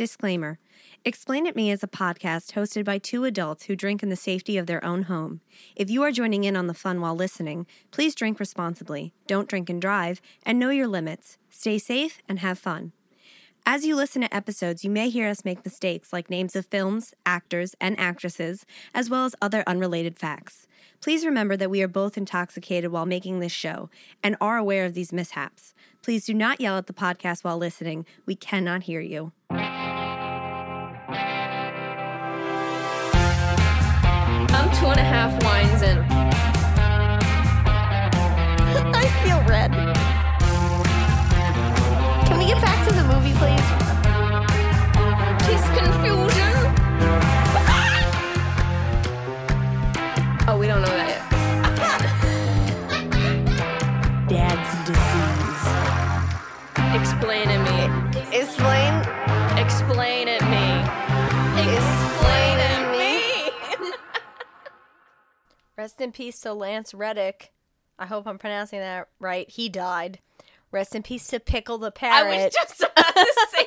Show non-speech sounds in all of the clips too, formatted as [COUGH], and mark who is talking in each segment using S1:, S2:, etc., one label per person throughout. S1: Disclaimer Explain It Me is a podcast hosted by two adults who drink in the safety of their own home. If you are joining in on the fun while listening, please drink responsibly, don't drink and drive, and know your limits. Stay safe and have fun. As you listen to episodes, you may hear us make mistakes like names of films, actors, and actresses, as well as other unrelated facts. Please remember that we are both intoxicated while making this show and are aware of these mishaps. Please do not yell at the podcast while listening. We cannot hear you.
S2: I'm two and a half wines in.
S3: I feel red. Can we get back to the movie, please?
S2: Tis confusion. oh, we don't know that yet.
S4: Dad's disease.
S2: Explain it me.
S3: Explain.
S2: Explain it me. Explain it me. Rest in peace to Lance Reddick. I hope I'm pronouncing that right. He died.
S3: Rest in peace to Pickle the
S2: I
S3: Parrot.
S2: was just about to say.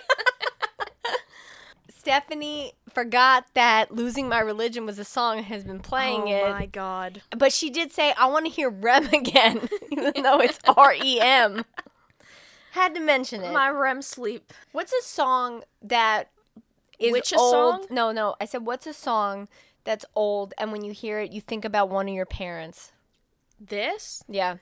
S3: Stephanie forgot that "Losing My Religion" was a song and has been
S2: [LAUGHS]
S3: playing it.
S2: god.
S3: But she did say, "I want to hear Rem [LAUGHS] again," even though it's R E M. [LAUGHS] Had to mention it.
S2: My REM sleep.
S3: What's a song that is
S2: Which a
S3: old?
S2: song?
S3: No, no. I said, what's a song that's old, and when you hear it, you think about one of your parents?
S5: this
S3: Yeah.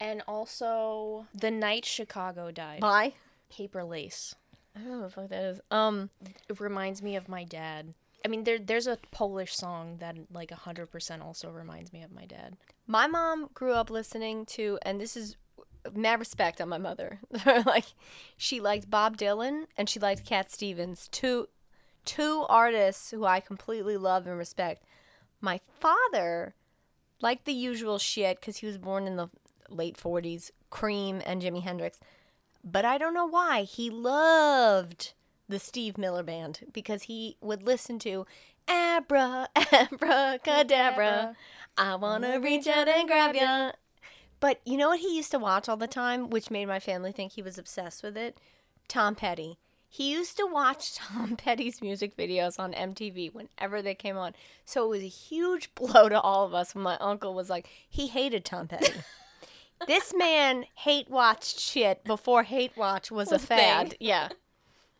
S5: and also the night chicago died
S3: Why?
S5: paper lace
S3: I don't know what the fuck that is. Um,
S5: it reminds me of my dad i mean there there's a polish song that like 100% also reminds me of my dad
S3: my mom grew up listening to, and this is mad respect on my mother. [LAUGHS] like, she liked Bob Dylan and she liked Cat Stevens, two two artists who I completely love and respect. My father liked the usual shit because he was born in the late '40s, Cream and Jimi Hendrix. But I don't know why he loved the Steve Miller Band because he would listen to Abra, [LAUGHS] Abracadabra. I wanna reach out and grab ya. But you know what he used to watch all the time, which made my family think he was obsessed with it? Tom Petty. He used to watch [LAUGHS] Tom Petty's music videos on MTV whenever they came on. So it was a huge [LAUGHS] blow to all of us when my uncle was like, he hated Tom Petty. [LAUGHS] this man hate watched shit before hate watch was, a fad. [LAUGHS] Yeah.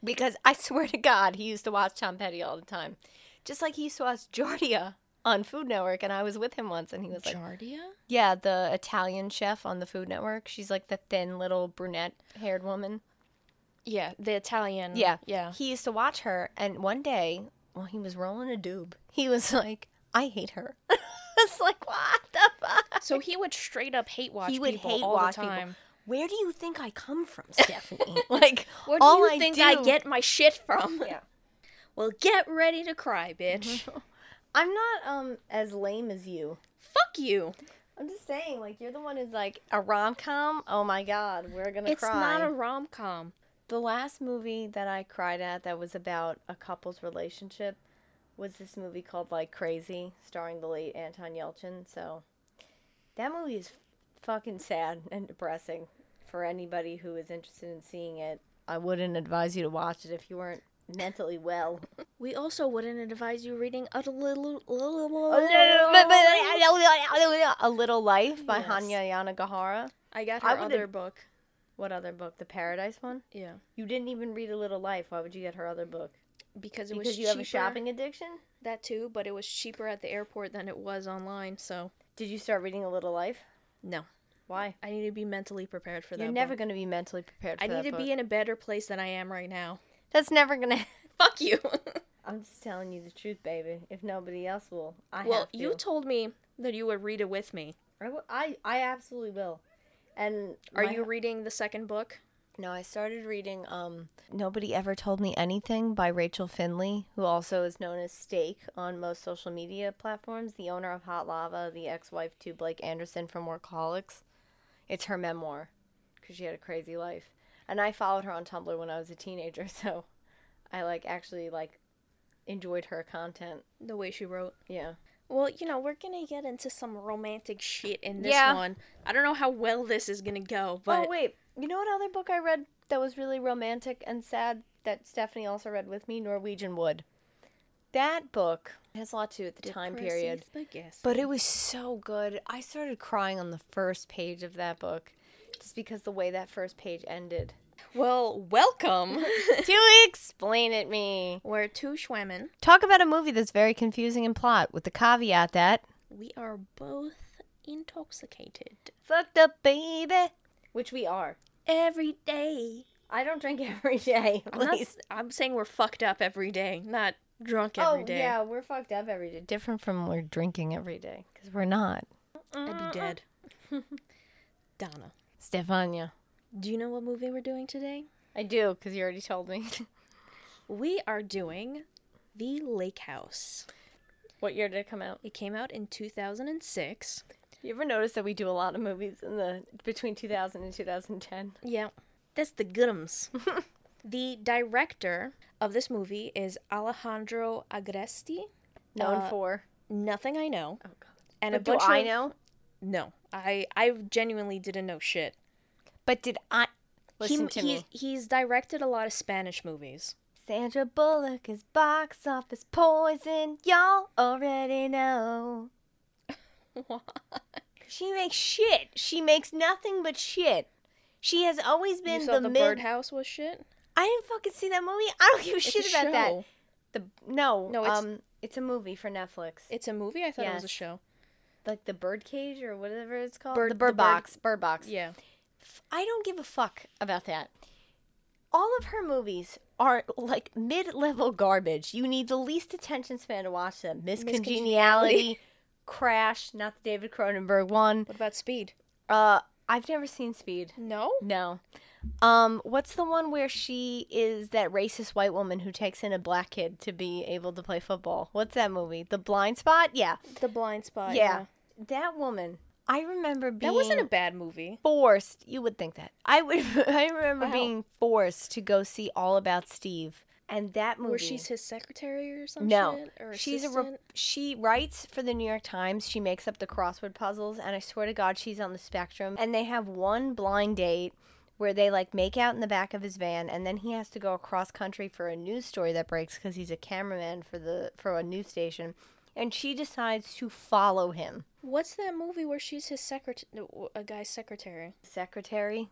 S3: Because I swear to God, he used to watch Tom Petty all the time. Just like he used to watch Giorgia on Food Network. And I was with him once and he was like,
S5: jardia
S3: yeah, the Italian chef on the Food Network. She's like the thin little brunette haired woman.
S5: yeah the italian
S3: Yeah.
S5: yeah
S3: He used to watch her, and one day, well, he was rolling a doob. He was like, I hate her. [LAUGHS] it's like, what the fuck?
S5: so he would straight up hate watch
S3: He would
S5: people
S3: hate
S5: all
S3: watch
S5: the
S3: people.
S5: time
S3: Where do you think I come from, [LAUGHS] Stephanie? like,
S5: where do
S3: all
S5: you think i
S3: do-
S5: get my shit from
S3: [LAUGHS] Yeah. Mm-hmm.
S5: well get ready to cry bitch
S3: I'm not um as lame as you.
S5: [LAUGHS] fuck you
S3: I'm just saying, like, you're the one who's like, a rom com? Oh my god, we're gonna
S5: it's
S3: cry.
S5: not a rom-com
S3: The last movie that I cried at that was about a couple's relationship was this movie called Like Crazy, starring the late Anton Yelchin. So that movie is fucking sad and depressing for anybody who is interested in seeing it. I wouldn't advise you to watch it if you weren't mentally [LAUGHS] well.
S5: we also wouldn't advise you reading a little,
S3: a Little Life by
S5: Yes.
S3: Hanya Yanagihara.
S5: i got her
S3: I wouldn't-
S5: other book
S3: What other book? The Paradise one?
S5: yeah
S3: You didn't even read A Little Life. Why would you get her other book?
S5: because it was
S3: Because you
S5: cheaper.
S3: have a shopping addiction?
S5: that too, but it was cheaper at the airport than it was online. So
S3: Did you start reading A Little Life?
S5: no,
S3: Why?
S5: I need to be mentally prepared for that.
S3: You're never
S5: book.
S3: going to be mentally prepared for
S5: I need
S3: that
S5: to be
S3: book.
S5: in a better place than I am right now. [LAUGHS]
S3: That's never going [LAUGHS] to.
S5: Fuck you.
S3: I'm just telling you the truth, baby. If nobody else will, I
S5: well,
S3: have to.
S5: you told me that you would read it with me.
S3: I will- I I absolutely will. And
S5: Are
S3: my-
S5: you reading the second book?
S3: No, I started reading um Nobody Ever Told Me Anything by Rachel Finley, who also is known as Steak on most social media platforms, the owner of Hot Lava, the ex-wife to Blake Anderson from Workaholics. It's her memoir cuz she had a crazy life. And I followed her on Tumblr when I was a teenager, [LAUGHS] so I like actually like enjoyed her content.
S5: The way she wrote.
S3: Yeah.
S5: Well, you know, we're gonna get into some romantic shit in this
S3: Yeah.
S5: one. I don't know how well this is gonna go, but
S2: Oh,
S3: oh wait, you know what other book I read
S2: that was really romantic and sad that Stephanie also read with me, Norwegian Wood. That book has a lot to do with the time period. But it was so good. I started crying on the first page of that book just because the way that first page ended.
S5: Well, welcome. [LAUGHS]
S2: [LAUGHS]
S3: [LAUGHS]
S2: Do explain it me.
S5: We're two Schwemmen.
S2: Talk about a movie that's very confusing in plot with the caveat that
S5: We are both intoxicated
S2: fucked up baby, which we are.
S5: every day.
S2: I don't drink [LAUGHS] every day.
S5: I'm, not, s- I'm saying we're fucked up every day, not drunk
S2: oh
S5: every day.
S2: yeah, we're fucked up every day. Different from we're drinking every day because we're not.
S5: I'd be dead.
S2: Mm-hmm.
S5: [LAUGHS] Donna,
S2: Stefania,
S5: do you know what movie we're doing today?
S2: I do because you already told me. [LAUGHS]
S5: We are doing The Lake House.
S2: what year did it come out?
S5: It came out in 2006.
S2: You ever notice that we do a lot of movies in the between 2000 and 2010?
S5: Yeah. That's the
S2: [LAUGHS]
S5: goodums. the director of this movie is Alejandro Agresti.
S2: Known
S5: Uh,
S2: for.
S5: Nothing I know.
S2: Oh god.
S5: And a
S2: But do
S5: bunch
S2: I
S5: of-
S2: know?
S5: No. I I genuinely didn't know shit.
S2: But did I
S5: He- he, He's directed a lot of Spanish movies.
S2: Sandra Bullock is box office poison. Y'all already know. She makes shit. She makes nothing but shit. She has always been
S5: you saw the,
S2: mid.
S5: birdhouse was shit?
S2: I didn't fucking see that movie. I don't give a shit about that.
S5: show.
S2: The no,
S5: No, it's-
S2: um, it's a movie for Netflix.
S5: It's a movie? I thought it was a
S2: Yes.
S5: show.
S2: like the Birdcage or whatever it's called.
S5: Bird-
S2: the Bird
S5: the bird-
S2: Box. Bird Box.
S5: Yeah.
S2: I don't give a fuck about that. All of her movies are like mid level garbage. You need the least attention span to watch them. Miss Congeniality, Crash, not the David Cronenberg one.
S5: What about Speed?
S2: Uh, I've never seen Speed.
S5: No?
S2: No. Um, what's the one where she is that racist white woman who takes in a black kid to be able to play football? What's that movie? The Blind Spot? Yeah.
S5: The Blind Spot.
S2: Oh, Yeah. That woman. I remember being
S5: That wasn't a bad movie.
S2: forced. You would think that. I would. [LAUGHS] I remember
S5: Wow.
S2: being forced to go see All About Steve, and that movie.
S5: Where she's his secretary or something?
S2: no,
S5: Or
S2: she's a re-
S5: assistant?
S2: she writes for the New York Times. She makes up the crossword puzzles, and I swear to God, she's on the spectrum. And they have one blind date where they like make out in the back of his van, and then he has to go across country for a news story that breaks because he's a cameraman for the for a news station, and she decides to follow him.
S5: What's that movie where she's his secretary? A guy's secretary.
S2: Secretary,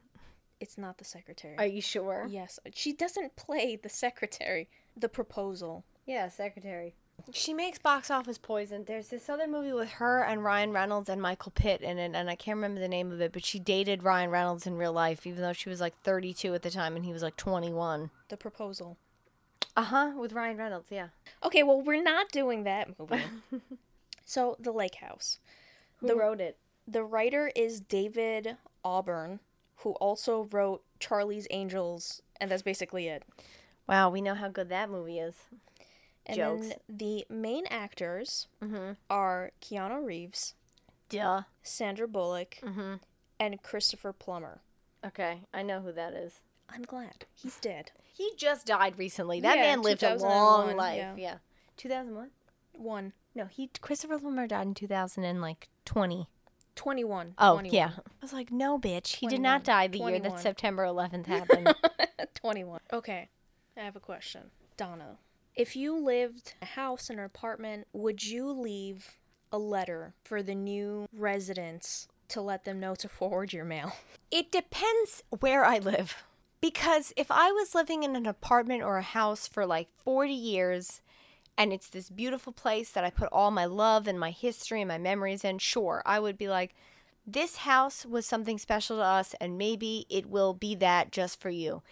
S5: It's not the secretary.
S2: are you sure?
S5: Yes, she doesn't play the secretary. The proposal.
S2: Yeah, Secretary. She makes box office poison. There's this other movie with her and Ryan Reynolds and Michael Pitt in it, and I can't remember the name of it, but she dated Ryan Reynolds in real life, even though she was like 32 at the time and he was like 21.
S5: The proposal.
S2: Uh huh, with Ryan Reynolds, yeah.
S5: Okay, well we're not doing that
S2: [LAUGHS]
S5: movie. so the Lake House.
S2: Who wrote it?
S5: The writer is David Auburn, who also wrote Charlie's Angels, and that's basically it.
S2: Wow, we know how good that movie is.
S5: And
S2: Jokes. Mm-hmm.
S5: then the main actors are Keanu Reeves,
S2: Duh.
S5: Sandra Bullock,
S2: Mm-hmm.
S5: and Christopher Plummer.
S2: Okay, I know who that is.
S5: I'm glad he's dead.
S2: He just died recently. That
S5: Yeah,
S2: man lived a long
S5: 2001,
S2: life.
S5: yeah.
S2: yeah. 2001?
S5: One.
S2: No, he Christopher Plummer died in 2000 and like 20.
S5: 21.
S2: Oh
S5: 21.
S2: yeah, I was like, no, bitch, he did
S5: 21.
S2: not die the year
S5: 21.
S2: that September [LAUGHS]
S5: [LAUGHS]
S2: 11th happened.
S5: 21. Okay, I have a question. Donna, if you lived in a house in an apartment, would you leave a letter for the new residents to let them know to forward your mail? [LAUGHS]
S2: it depends where I live, because if I was living in an apartment or a house for like 40 years, and it's this beautiful place that I put all my love and my history and my memories in, sure, I would be like, this house was something special to us, and maybe it will be that just for you.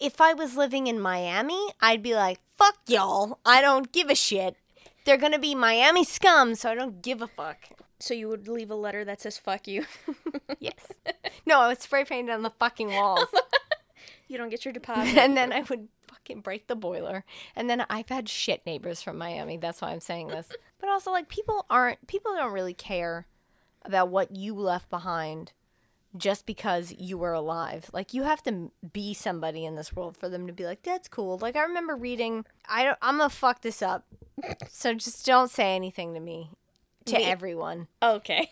S2: If I was living in Miami, I'd be like, fuck y'all, I don't give a shit. They're gonna be Miami scum, so I don't give a fuck.
S5: So you would leave a letter that says fuck you.
S2: [LAUGHS]
S5: [LAUGHS]
S2: Yes. No, I would spray paint it on the fucking walls.
S5: you don't get your deposit.
S2: [LAUGHS] and then I would fucking break the boiler. And then I've had shit neighbors from Miami. That's why I'm saying this. But also, like, people aren't, people don't really care about what you left behind just because you were alive. Like, you have to be somebody in this world for them to be like, that's cool. Like, I remember reading, I don't, I'm gonna fuck this up. So just don't say anything to me, to everyone.
S5: okay.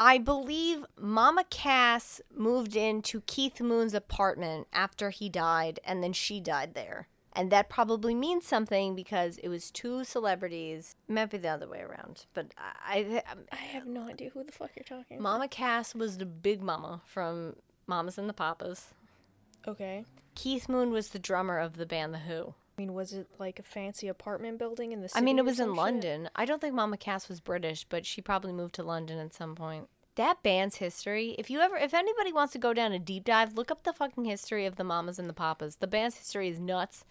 S2: I believe Mama Cass moved into Keith Moon's apartment after he died, and then she died there. And that probably means something because it was two celebrities. Might be the other way around, but I,
S5: I have no idea who the fuck you're talking. about.
S2: Mama Cass was the big mama from Mamas and the Papas.
S5: Okay.
S2: Keith Moon was the drummer of the band The Who.
S5: I mean, was it like a fancy apartment building in the city?
S2: I mean, it
S5: or
S2: was
S5: some
S2: in
S5: shit?
S2: London. I don't think Mama Cass was British, but she probably moved to London at some point. That band's history. If you ever, if anybody wants to go down a deep dive, look up the fucking history of the Mamas and the Papas. The band's history is nuts.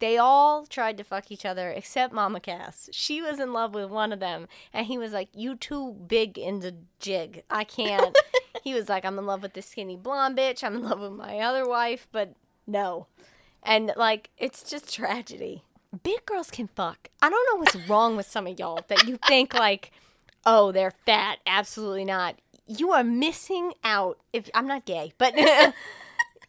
S2: They all tried to fuck each other except Mama Cass. She was in love with one of them, and he was like, "You too big into jig. I
S5: [LAUGHS]
S2: can't." he was like, "I'm in love with this skinny blonde bitch. I'm in love with my other wife, but no." And like, it's just tragedy. Big girls can fuck. I don't know what's wrong with some of y'all that you think like, oh, they're fat. Absolutely not. You are missing out. If I'm not gay, but [LAUGHS]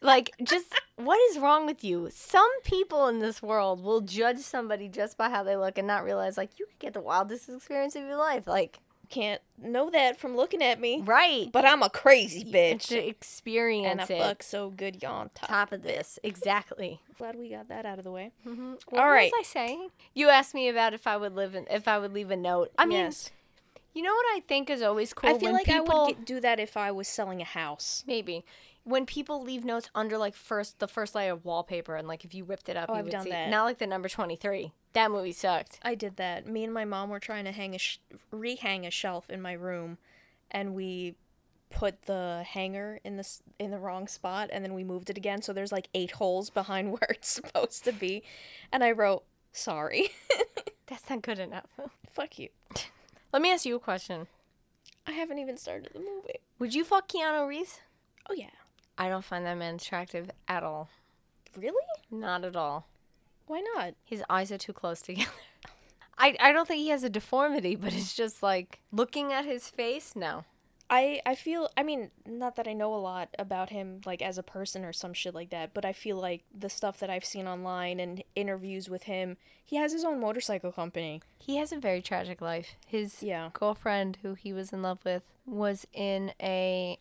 S2: like, just what is wrong with you? Some people in this world will judge somebody just by how they look and not realize like you could get the wildest experience of your life. Like,
S5: Can't know that from looking at me.
S2: right?
S5: But I'm a crazy bitch.
S2: to
S5: and I
S2: experience it.
S5: fuck so good, y'all. on Top.
S2: Top of this, exactly.
S5: Glad we got that out of the way.
S2: What
S5: All right.
S2: was I saying? You asked me about if I would live in, if I would leave a note. I mean,
S5: yes.
S2: you know what I think is always cool.
S5: I feel
S2: when
S5: like
S2: people,
S5: I would get, do that if I was selling a house.
S2: maybe when people leave notes under like first the first layer of wallpaper, and like if you ripped it up,
S5: Oh,
S2: you
S5: I've
S2: would
S5: done
S2: see
S5: that.
S2: not like the number twenty three. That movie sucked.
S5: I did that. Me and my mom were trying to hang a sh- rehang a shelf in my room, and we put the hanger in the s- in the wrong spot, and then we moved it again. So there's like eight holes behind [LAUGHS] where it's supposed to be, and I wrote sorry. [LAUGHS]
S2: That's not good enough. [LAUGHS]
S5: Fuck you.
S2: Let me ask you a question.
S5: I haven't even started the movie.
S2: Would you fuck Keanu Reeves?
S5: Oh yeah,
S2: I don't find that man attractive at all.
S5: really?
S2: Not at all.
S5: Why not?
S2: His eyes are too close together. [LAUGHS] I, I don't think he has a deformity, but it's just like looking at his face. No.
S5: I I feel I mean not that I know a lot about him like as a person or some shit like that, but I feel like the stuff that I've seen online and interviews with him, he has his own motorcycle company.
S2: He has a very tragic life. His
S5: Yeah.
S2: girlfriend, who he was in love with, was in a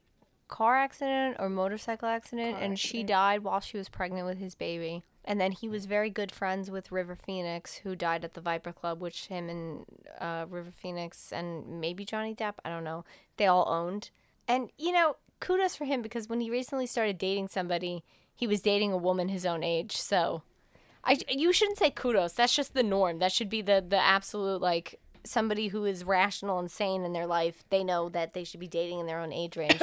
S2: car accident or motorcycle accident, and she died while she was pregnant with his baby. And then he was very good friends with River Phoenix, who died at the Viper Club, which him and uh, River Phoenix and maybe Johnny Depp, I don't know, they all owned. And, you know, kudos for him because when he recently started dating somebody, he was dating a woman his own age. So I you shouldn't say kudos. That's just the norm. That should be the the absolute like somebody who is rational and sane in their life. They know that they should be dating in their own age [LAUGHS] range.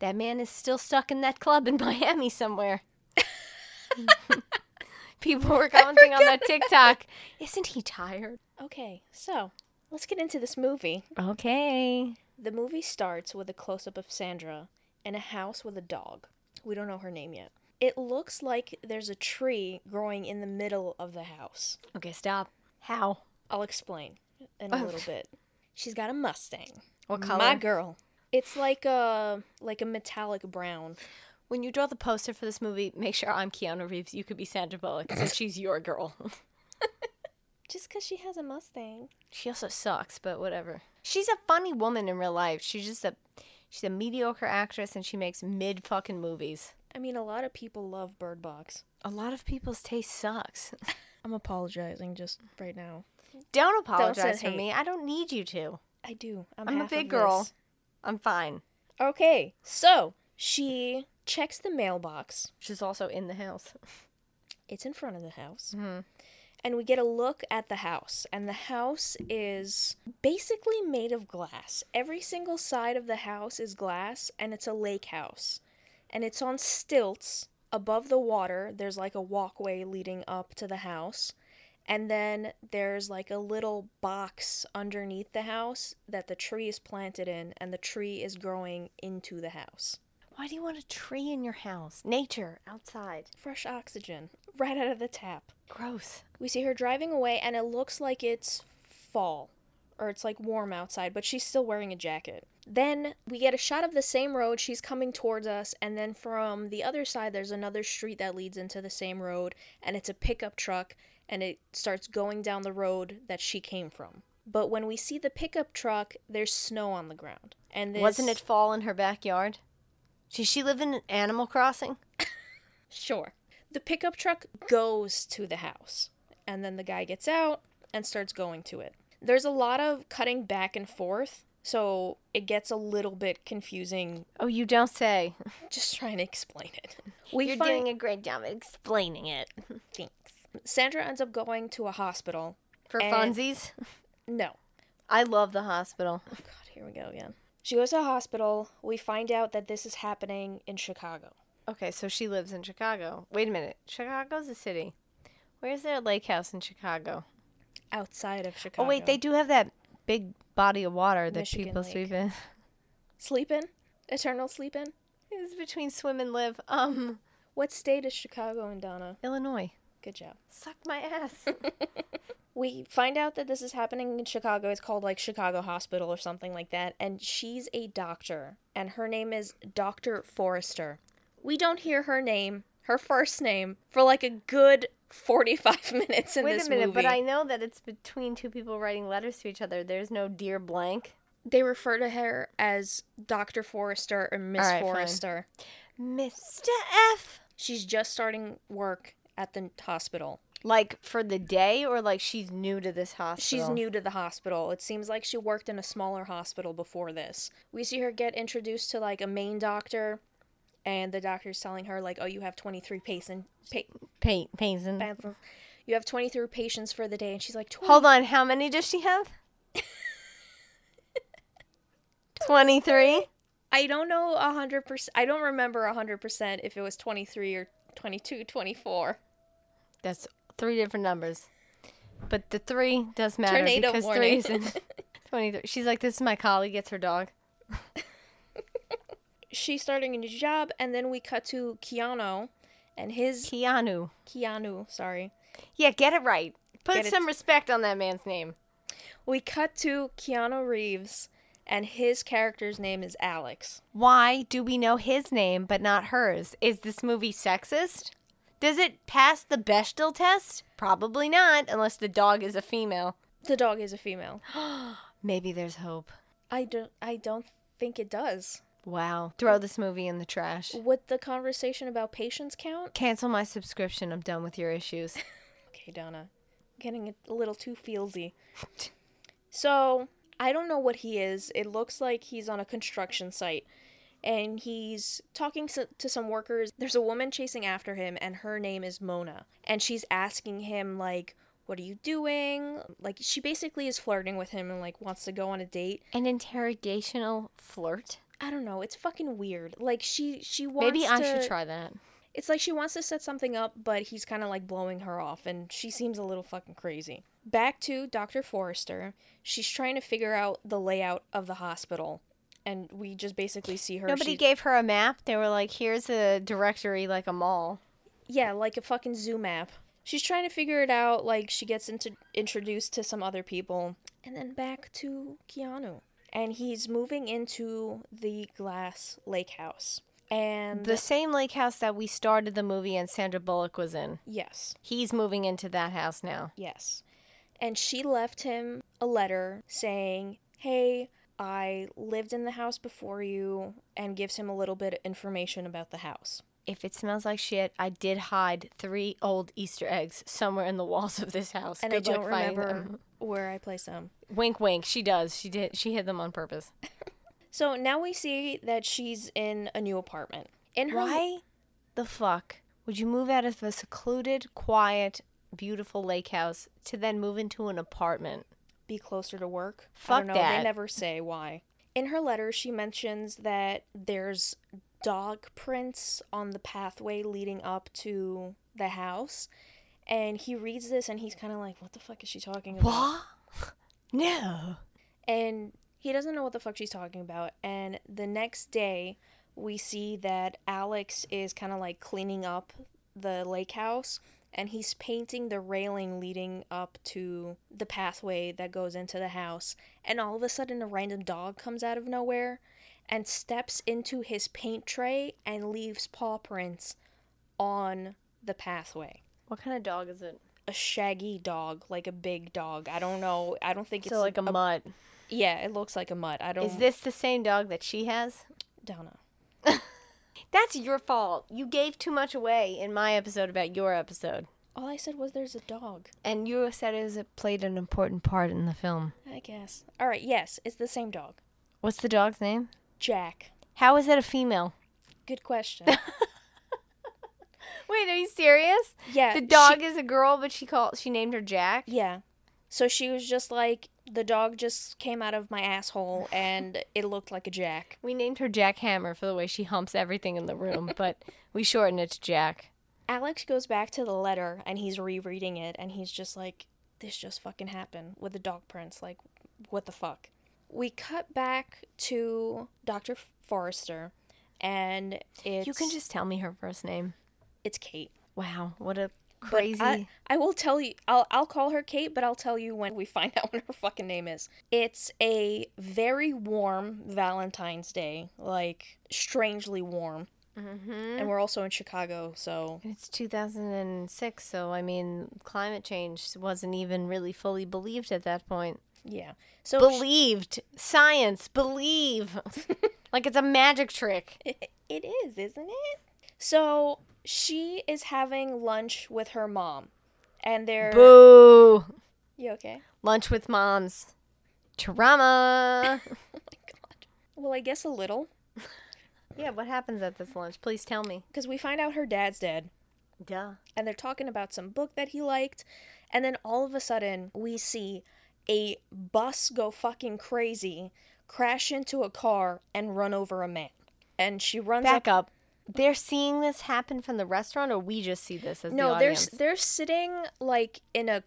S2: that man is still stuck in that club in [LAUGHS] Miami [LAUGHS] somewhere. People were commenting on that TikTok. Isn't he tired?
S5: Okay, so let's get into this movie.
S2: Okay.
S5: The movie starts with a close up of Sandra in a house with a dog. We don't know her name yet. It looks like there's a tree growing in the middle of the house.
S2: Okay, stop. How?
S5: I'll explain in a little bit. She's got a Mustang.
S2: What color?
S5: My girl. It's like a like a metallic brown.
S2: when you draw the poster for this movie, make sure I'm Keanu Reeves. You could be Sandra Bullock since she's your girl.
S5: Just because she has a Mustang.
S2: She also sucks, but whatever. She's a funny woman in real life. She's just a she's a mediocre actress and she makes mid fucking movies.
S5: I mean, a lot of people love Bird Box.
S2: A lot of people's taste sucks. [LAUGHS]
S5: I'm apologizing just right now.
S2: Don't apologize for
S5: hate.
S2: me. I don't need you to.
S5: I do. I'm,
S2: I'm a
S5: half of
S2: big girl.
S5: this.
S2: I'm fine.
S5: Okay, so she checks the mailbox.
S2: She's also in the house. [LAUGHS]
S5: It's in front of the house. And we get a look at the house. And the house is basically made of glass. Every single side of the house is glass, and it's a lake house. And it's on stilts above the water. There's like a walkway leading up to the house. And then there's like a little box underneath the house that the tree is planted in, and the tree is growing into the house.
S2: Why do you want a tree in your house? Nature outside.
S5: Fresh oxygen, right out of the tap.
S2: Gross.
S5: We see her driving away, and it looks like it's fall, or it's like warm outside, but she's still wearing a jacket. Then we get a shot of the same road. She's coming towards us, and then from the other side, there's another street that leads into the same road, and it's a pickup truck, and it starts going down the road that she came from. But when we see the pickup truck, there's snow on the ground. And this
S2: Wasn't it fall in her backyard? Did she live in Animal Crossing?
S5: Sure. The pickup truck goes to the house, and then the guy gets out and starts going to it. There's a lot of cutting back and forth, so it gets a little bit confusing [LAUGHS]
S2: Oh, you don't say.
S5: just trying to explain it. We
S2: You're
S5: find
S2: doing a great job explaining it.
S5: Sandra ends up going to a hospital.
S2: For
S5: And-
S2: funsies?
S5: No.
S2: I love the hospital.
S5: Oh god, here we go again. She goes to a hospital. We find out that this is happening in Chicago.
S2: Okay, so she lives in Chicago. Wait a minute. Chicago's a city. Where's their lake house in Chicago?
S5: Outside of Chicago.
S2: Oh, wait, they do have that big body of water that
S5: Michigan
S2: people
S5: Lake.
S2: sleep in. [LAUGHS]
S5: sleep in? Eternal sleep in?
S2: It's between swim and live. Um,
S5: What state is Chicago in, Donna?
S2: Illinois.
S5: Good job.
S2: Suck
S5: [LAUGHS]
S2: my ass.
S5: we find out that this is happening in Chicago. It's called like Chicago Hospital or something like that. And she's a doctor, and her name is Dr. Forrester. We don't hear her name, her first name, for like a good 45 [LAUGHS] minutes in
S2: Wait
S5: this
S2: a minute,
S5: movie.
S2: but I know that it's between two people writing letters to each other. There's no dear blank.
S5: They refer to her as Dr. Forrester or Miss
S2: All right, fine.
S5: Forrester.
S2: Mr. F.
S5: She's just starting work at the hospital.
S2: Like for the day or like she's new to this hospital?
S5: She's new to the hospital. It seems like she worked in a smaller hospital before this. We see her get introduced to like a main doctor, and the doctor's telling her like, "Oh, you have 23 patients. Pa-
S2: Paint, paints and
S5: you have 23 patients for the day." And she's like,
S2: Hold on, how many does she [LAUGHS] have? 23?
S5: I don't know 100%. I don't remember 100% if it was 23 or 22, 24."
S2: That's three different numbers. But the three does matter
S5: Tornado
S2: because
S5: warning.
S2: three [LAUGHS] is in 23. She's like, this is my colleague, gets her dog.
S5: She's starting a new job, and then we cut to Keanu and his
S2: Keanu.
S5: Keanu, sorry.
S2: Yeah, get it right. Put
S5: Get it-
S2: some respect on that man's name.
S5: We cut to Keanu Reeves and his character's name is Alex.
S2: Why do we know his name but not hers? Is this movie sexist? Does it pass the Bechdel test? Probably not, unless the dog is a female.
S5: The dog is a female.
S2: Maybe there's hope.
S5: I don't I don't think it does.
S2: Wow. Throw this movie in the trash.
S5: Would the conversation about patience count?
S2: Cancel my subscription. I'm done with your [LAUGHS] issues.
S5: Okay, Donna. Getting a little too
S2: [LAUGHS]
S5: feelsy. So, I don't know what he is. It looks like he's on a construction site and he's talking so- to some workers. There's a woman chasing after him and her name is Mona. And she's asking him like, "What are you doing?" Like she basically is flirting with him and like wants to go on a date.
S2: An interrogational flirt?
S5: I don't know. It's fucking weird. Like she she wants
S2: Maybe I
S5: to-
S2: should try that.
S5: It's like she wants to set something up, but he's kind of like blowing her off, and she seems a little fucking crazy. Back to Dr. Forrester. She's trying to figure out the layout of the hospital, and we just basically see her.
S2: Nobody
S5: she-
S2: gave her a map. They were like, here's a directory, like a mall.
S5: Yeah, like a fucking zoo map. She's trying to figure it out. Like she gets into introduced to some other people, and then back to Keanu, and he's moving into the glass lake house. And
S2: The same lake house that we started the movie and Sandra Bullock was in.
S5: yes,
S2: He's moving into that house now.
S5: Yes. And she left him a letter saying, Hey, I lived in the house before you, and gives him a little bit of information about the house.
S2: If it smells like shit, I did hide three old Easter eggs somewhere in the walls of this house.
S5: And
S2: Good
S5: I
S2: luck
S5: don't
S2: finding
S5: remember
S2: them.
S5: where I placed them.
S2: Wink, wink. She does. She did. She hid them on purpose.
S5: So now we see that she's in a new apartment. In her
S2: Why the fuck would you move out of a secluded, quiet, beautiful lake house to then move into an apartment?
S5: be closer to work. I
S2: Fuck
S5: don't know. They
S2: that.
S5: never say why. In her letter, she mentions that there's dog prints on the pathway leading up to the house. And he reads this and he's kind of like, what the fuck is she talking about?
S2: What? [LAUGHS] No.
S5: And he doesn't know what the fuck she's talking about. And the next day, we see that Alex is kind of like cleaning up the lake house and he's painting the railing leading up to the pathway that goes into the house. And all of a sudden, a random dog comes out of nowhere and steps into his paint tray and leaves paw prints on the pathway.
S2: What kind of dog is it?
S5: a shaggy dog, like a big dog. I don't know. I don't think
S2: So
S5: it's
S2: like a mutt.
S5: Yeah, it looks like a mutt. I don't.
S2: Is this the same dog that she has?
S5: Donna?
S2: That's your fault. You gave too much away in my episode about your episode.
S5: All I said was there's a dog.
S2: And you said it, was, it played an important part in the film.
S5: I guess. All right. Yes, it's the same dog.
S2: What's the dog's name?
S5: Jack.
S2: How is it a female?
S5: Good [LAUGHS] question.
S2: Wait, are you serious?
S5: Yeah.
S2: The
S5: she-
S2: dog is a girl, but she called she named her Jack.
S5: yeah. So she was just like the dog just came out of my asshole [LAUGHS] and it looked like a jack.
S2: We named her Jack Hammer for the way she humps everything in the [LAUGHS] room, but we shortened it to Jack.
S5: Alex goes back to the letter and he's rereading it and he's just like, this just fucking happened with the dog prints. Like, what the fuck? We cut back to Dr. Forrester and it's
S2: You can just tell me her first name.
S5: it's Kate.
S2: Wow, what a
S5: But
S2: crazy.
S5: I, I will tell you. I'll I'll call her Kate, but I'll tell you when we [LAUGHS] find out what her fucking name is. It's a very warm Valentine's Day, like strangely warm. Mm-hmm. And we're also in Chicago, so
S2: It's 2006, so I mean, climate change wasn't even really fully believed at that point.
S5: yeah.
S2: Oh,
S5: So
S2: Believed! Science! [LAUGHS] Believe! like it's a magic trick.
S5: It is, isn't it? So she is having lunch with her mom, and they're
S2: Boo!
S5: you okay?
S2: Lunch with moms. [LAUGHS] Trauma!
S5: Oh my god. Well, I guess a little,
S2: yeah, what happens at this lunch? Please tell me.
S5: because we find out her dad's dead,
S2: Duh.
S5: and they're talking about some book that he liked, and then all of a sudden we see a bus go fucking crazy, crash into a car, and run over a man. And she runs
S2: Back up. They're seeing this happen from the restaurant, or we just see this as the
S5: No, they're
S2: audience?
S5: s- they're sitting like in a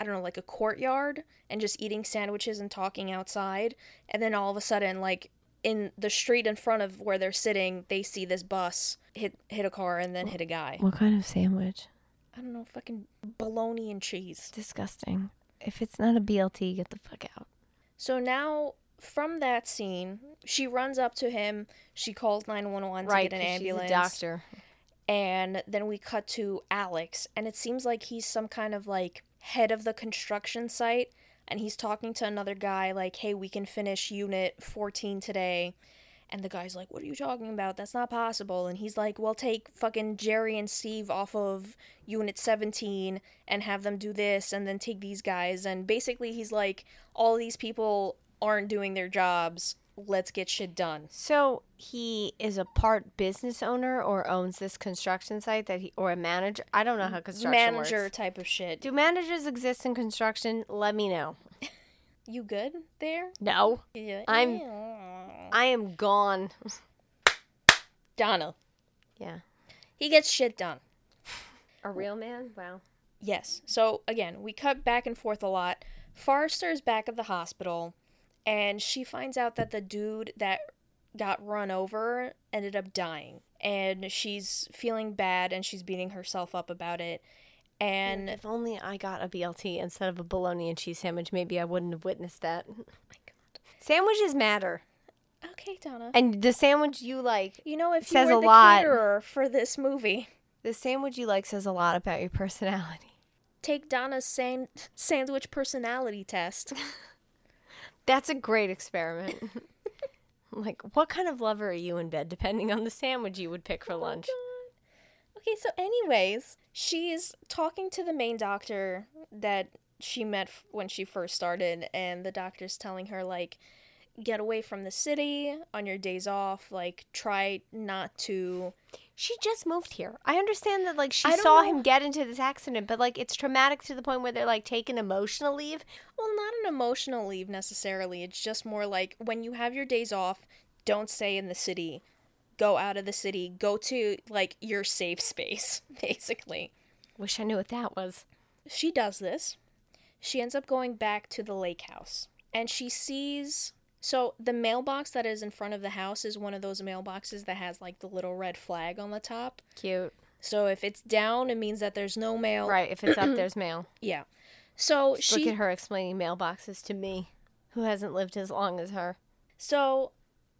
S5: I don't know, like a courtyard and just eating sandwiches and talking outside. And then all of a sudden like in the street in front of where they're sitting, they see this bus hit hit a car and then hit a guy.
S2: What kind of sandwich?
S5: I don't know, fucking bologna and cheese.
S2: Disgusting. If it's not a BLT, get the fuck out.
S5: So now from that scene, she runs up to him. She calls 911
S2: Right,
S5: to get
S2: 'cause
S5: an
S2: she's a
S5: ambulance.
S2: doctor.
S5: and then we cut to Alex, and it seems like he's some kind of like head of the construction site, and he's talking to another guy, like, hey, we can finish unit 14 today. And the guy's like, what are you talking about? That's not possible. And he's like, well, take fucking Jerry and Steve off of unit 17 and have them do this, and then take these guys. And basically, he's like, all these people aren't doing their jobs. Let's get shit done.
S2: So he is a part business owner or owns this construction site that he or a manager. I don't know how construction
S5: Manager
S2: works.
S5: type of shit.
S2: Do managers exist in construction? Let me know.
S5: you good there?
S2: No,
S5: Yeah.
S2: I'm- I am gone.
S5: Donna.
S2: Yeah,
S5: He gets shit done.
S2: a real man. Wow.
S5: Yes. So again, we cut back and forth a lot. Forrester is back at the hospital, and she finds out that the dude that got run over ended up dying, and she's feeling bad, and she's beating herself up about it. And
S2: If only I got a BLT instead of a bologna and cheese sandwich, maybe I wouldn't have
S5: [LAUGHS]
S2: witnessed that.
S5: Oh
S2: Sandwiches matter,
S5: okay, Donna,
S2: and the sandwich you like,
S5: you know if
S2: says
S5: you
S2: a
S5: were the
S2: lot.
S5: caterer for this movie,
S2: the sandwich you like says a lot about your personality.
S5: take Donna's san- sandwich personality test.
S2: That's a great experiment.
S5: [LAUGHS]
S2: like, what kind of lover are you in bed, depending on the sandwich you would
S5: Oh
S2: pick for lunch?
S5: Okay, so anyways, she's talking to the main doctor that she met f- when she first started, and the doctor's telling her like, get away from the city on your days off. Like, try not to.
S2: She just moved here. I understand that, like, she
S5: I don't
S2: saw
S5: know-
S2: him get into this accident, but, like, it's traumatic to the point where they're, like, taking emotional leave.
S5: Well, not an emotional leave necessarily. It's just more like when you have your days off, don't stay in the city. Go out of the city. Go to like your safe space, [LAUGHS] basically.
S2: Wish I knew what that was.
S5: She does this. She ends up going back to the lake house and she sees. So, the mailbox that is in front of the house is one of those mailboxes that has like the little red flag on the top.
S2: Cute.
S5: So, if it's down, it means that there's no mail.
S2: Right. If it's up, there's mail.
S5: Yeah. So,
S2: Look
S5: Oh, she.
S2: at her explaining mailboxes to me, who hasn't lived as long as her.
S5: So,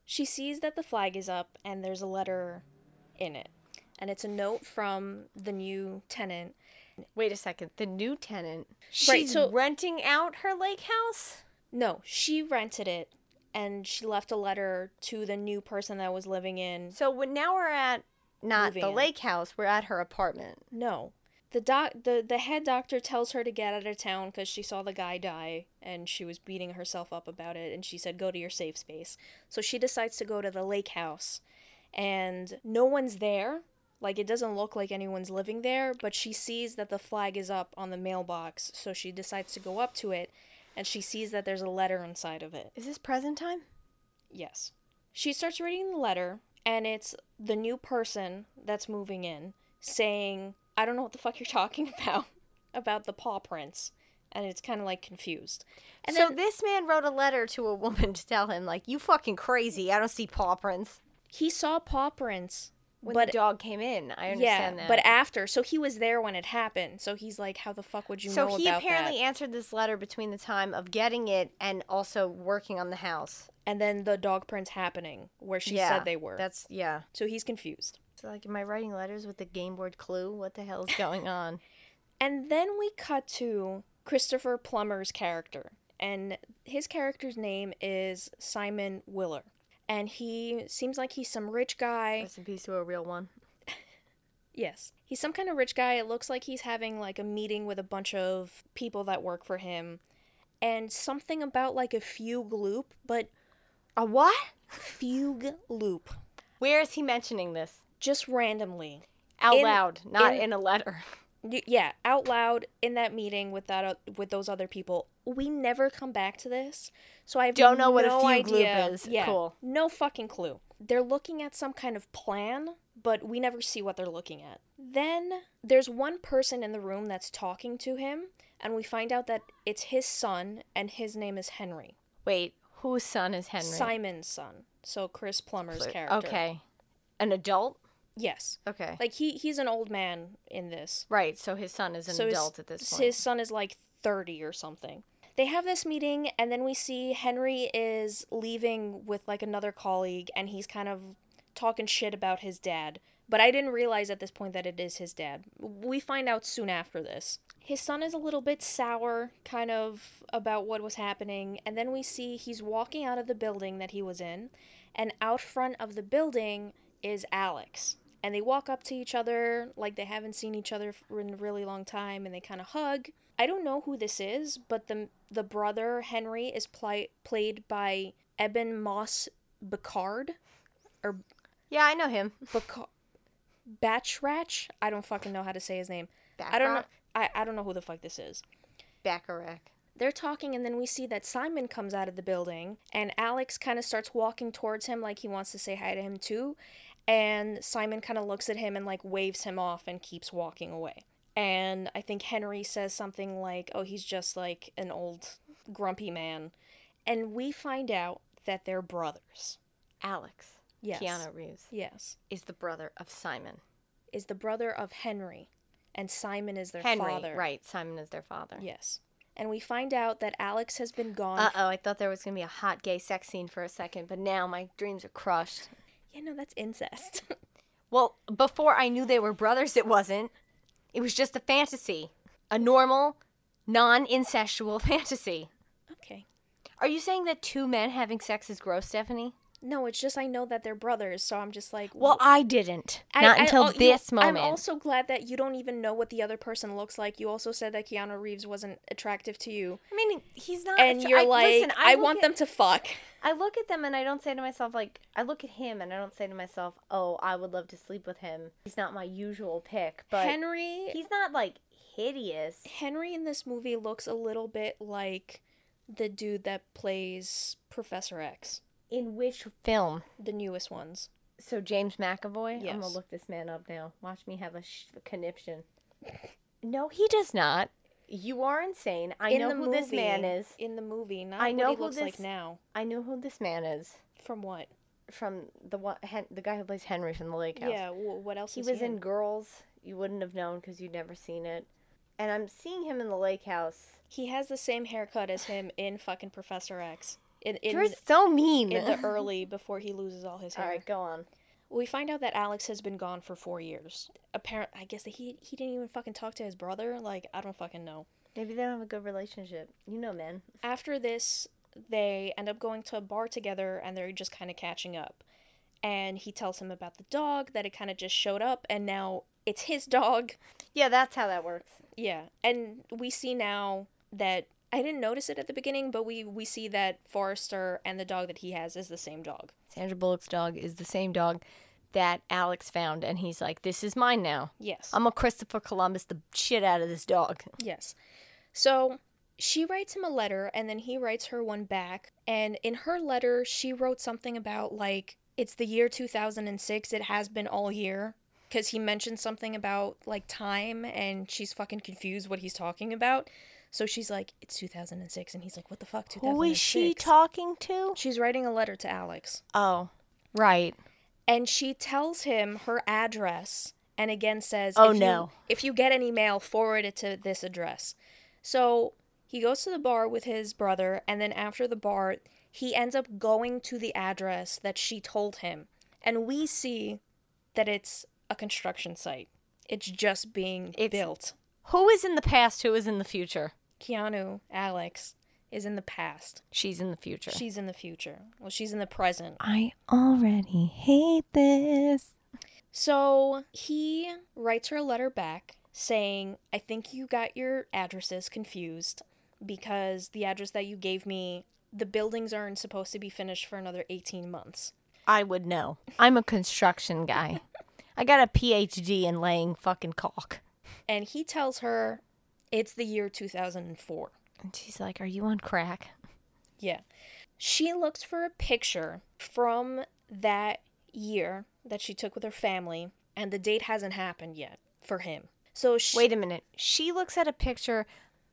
S5: she sees that the flag is up and there's a letter in it. And it's a note from the new tenant.
S2: Wait a second. The new tenant. She's
S5: Right, so-
S2: renting out her lake house?
S5: No, she rented it and she left a letter to the new person that was living in.
S2: So when, now we're at not
S5: Moving
S2: the
S5: in.
S2: lake house, we're at her apartment.
S5: No. The doc the, the head doctor tells her to get out of town cuz she saw the guy die and she was beating herself up about it and she said go to your safe space. So she decides to go to the lake house and no one's there. Like it doesn't look like anyone's living there, but she sees that the flag is up on the mailbox, so she decides to go up to it and she sees that there's a letter inside of it.
S2: Is this present time?
S5: Yes. She starts reading the letter, and it's the new person that's moving in saying, I don't know what the fuck you're talking [LAUGHS] about, about the paw prints. And it's kind of like confused. And
S2: so
S5: then
S2: this man wrote a letter to a [LAUGHS] woman to tell him, like, you fucking crazy. I don't see paw prints.
S5: he saw paw prints.
S2: When
S5: but
S2: the dog came in, I
S5: yeah,
S2: understand that.
S5: but after, so he was there when it happened. So he's like, "How the fuck would you
S2: so
S5: know
S2: he
S5: about
S2: apparently
S5: that?"
S2: answered this letter between the time of getting it and also working on the house.
S5: And then the dog prints happening where she
S2: yeah,
S5: said they were.
S2: That's yeah.
S5: so he's confused.
S2: So like, am I writing letters with the game board clue? What the hell
S5: [LAUGHS]
S2: is going on?
S5: And then we cut to Christopher Plummer's character. And his character's name is Simon Willer. And he seems like he's some rich guy.
S2: Rest in peace to a real one.
S5: Yes. He's some kind of rich guy. It looks like he's having like a meeting with a bunch of people that work for him. And something about like a fugue loop, but
S2: A what?
S5: fugue loop.
S2: Where is he mentioning this?
S5: Just randomly.
S2: Out
S5: In-
S2: loud, not
S5: in-
S2: in, a letter.
S5: [LAUGHS] Y- yeah out loud in that meeting with that o- with those other people we never come back to this so i have
S2: Don't know what a
S5: no
S2: fugue loop
S5: idea.
S2: is.
S5: yeah
S2: Cool.
S5: no fucking clue they're looking at some kind of plan but we never see what they're looking at then there's one person in the room that's talking to him and we find out that it's his son and his name is henry,
S2: Wait, whose son is Henry?
S5: simon's son so chris plummer's character
S2: Okay, an adult.
S5: yes
S2: Okay,
S5: like he he's an old man in this
S2: right. So his son is an
S5: his-
S2: adult at this
S5: s-
S2: point.
S5: His son is like 30 or something. They have this meeting, and then we see Henry is leaving with like another colleague, and he's kind of talking shit about his dad. But I didn't realize at this point that it is his dad. We find out soon after this. His son is a little bit sour, kind of, about what was happening, and then we see he's walking out of the building that he was in, and out front of the building is Alex. And they walk up to each other like they haven't seen each other f- in a really long time and they kind of hug. I don't know who this is, but the the brother Henry is pli- played by Eben Moss Bacard or
S2: yeah, I know him.
S5: Bacard Batchrach. I don't fucking know how to say his name. [LAUGHS] I don't know I, I don't know who the fuck this is.
S2: Bacharach.
S5: They're talking, and then we see that Simon comes out of the building, and Alex kind of starts walking towards him like he wants to say hi to him too. And Simon kind of looks at him and like waves him off and keeps walking away. And I think Henry says something like, oh, he's just like an old grumpy man. And we find out that they're brothers.
S2: Alex.
S5: Yes.
S2: Keanu Reeves
S5: Yes.
S2: is the brother of Simon.
S5: Is the brother of Henry, and Simon is their
S2: Henry,
S5: father.
S2: right? Simon is their father.
S5: Yes. And we find out that Alex has been gone
S2: Uh oh, I thought there was gonna be a hot gay sex scene for a second, but now my dreams are crushed.
S5: Yeah, no, that's incest. [LAUGHS]
S2: Well, before I knew they were brothers, it wasn't. It was just a fantasy. A normal, non incestual [LAUGHS] fantasy.
S5: okay.
S2: Are you saying that two men having sex is gross, Stephanie?
S5: No, it's just I know that they're brothers, so I'm just like.
S2: Well, I didn't.
S5: I-
S2: Not
S5: I-
S2: until
S5: oh, you-
S2: this moment.
S5: I'm also glad that you don't even know what the other person looks like. You also said that Keanu Reeves wasn't attractive to you,
S2: I mean, he's not.
S5: and
S2: attra-
S5: you're
S2: Uh, I-
S5: like,
S2: listen,
S5: I,
S2: look
S5: want
S2: at-
S5: them to fuck.
S2: I look at them and I don't say to myself, like, I look at him and I don't say to myself, oh, I would love to sleep with him. He's not my usual pick, but
S5: Henry,
S2: he's not like hideous.
S5: Henry in this movie looks a little bit like the dude that plays Professor X,
S2: In which film?
S5: the newest ones.
S2: So James McAvoy. I'm gonna
S5: Yes.
S2: look this man up now. Watch me have a, sh- a conniption. No, he does not. You are insane. I
S5: in
S2: know
S5: the
S2: who this man
S5: movie-
S2: is.
S5: In the movie, not
S2: I know
S5: what he
S2: who
S5: looks like
S2: this-
S5: now.
S2: I know who this man is
S5: From what?
S2: from the one, Hen- the guy who plays Henry from the Lake House.
S5: Yeah. wh- What else?
S2: he
S5: is
S2: was in
S5: in?
S2: Girls. You wouldn't have known because you'd never seen it. And I'm seeing him in the Lake House.
S5: He has the same haircut as him in fucking Professor X. In in,
S2: You're so mean.
S5: in the early before he loses all his
S2: [LAUGHS] All
S5: hair.
S2: right, go on.
S5: We find out that Alex has been gone for four years. Apparent, I guess that he he didn't even fucking talk to his brother. Like I don't fucking know.
S2: Maybe they don't have a good relationship. You know, man.
S5: After this, they end up going to a bar together and they're just kind of catching up. And he tells him about the dog that it kind of just showed up and now it's his dog.
S2: Yeah, that's how that works.
S5: Yeah. And we see now that I didn't notice it at the beginning, but we we see that Forrester and the dog that he has is the same dog.
S2: Sandra Bullock's dog is the same dog that Alex found, and he's like, "This is mine now.
S5: Yes.
S2: I'm a Christopher Columbus the shit out of this dog."
S5: Yes. So she writes him a letter and then he writes her one back. And in her letter, she wrote something about like, it's the year 2006, it has been all year. Because he mentioned something about like time and she's fucking confused what he's talking about. So she's like, it's 2006. And he's like, what the fuck, 2006?
S2: Who is she talking to?
S5: she's writing a letter to Alex.
S2: Oh, right.
S5: and she tells him her address and again says
S2: Oh,
S5: if
S2: no.
S5: you, if you get any mail forward it to this address so he goes to the bar with his brother and then after the bar he ends up going to the address that she told him and we see that it's a construction site it's just being
S2: It's-
S5: built
S2: Who is in the past? Who is in the future?
S5: keanu alex is in the past
S2: She's in the future.
S5: she's in the future well she's in the present
S2: I already hate this.
S5: So he writes her a letter back saying, I think you got your addresses confused because the address that you gave me, the buildings aren't supposed to be finished for another 18 months.
S2: I would know. I'm a construction [LAUGHS] guy. I got a PhD in laying fucking caulk.
S5: And he tells her it's the year 2004.
S2: And she's like, "Are you on crack?"
S5: Yeah. She looks for a picture from that year that she took with her family, and the date hasn't happened yet for him. So she,
S2: Wait a minute. She looks at a picture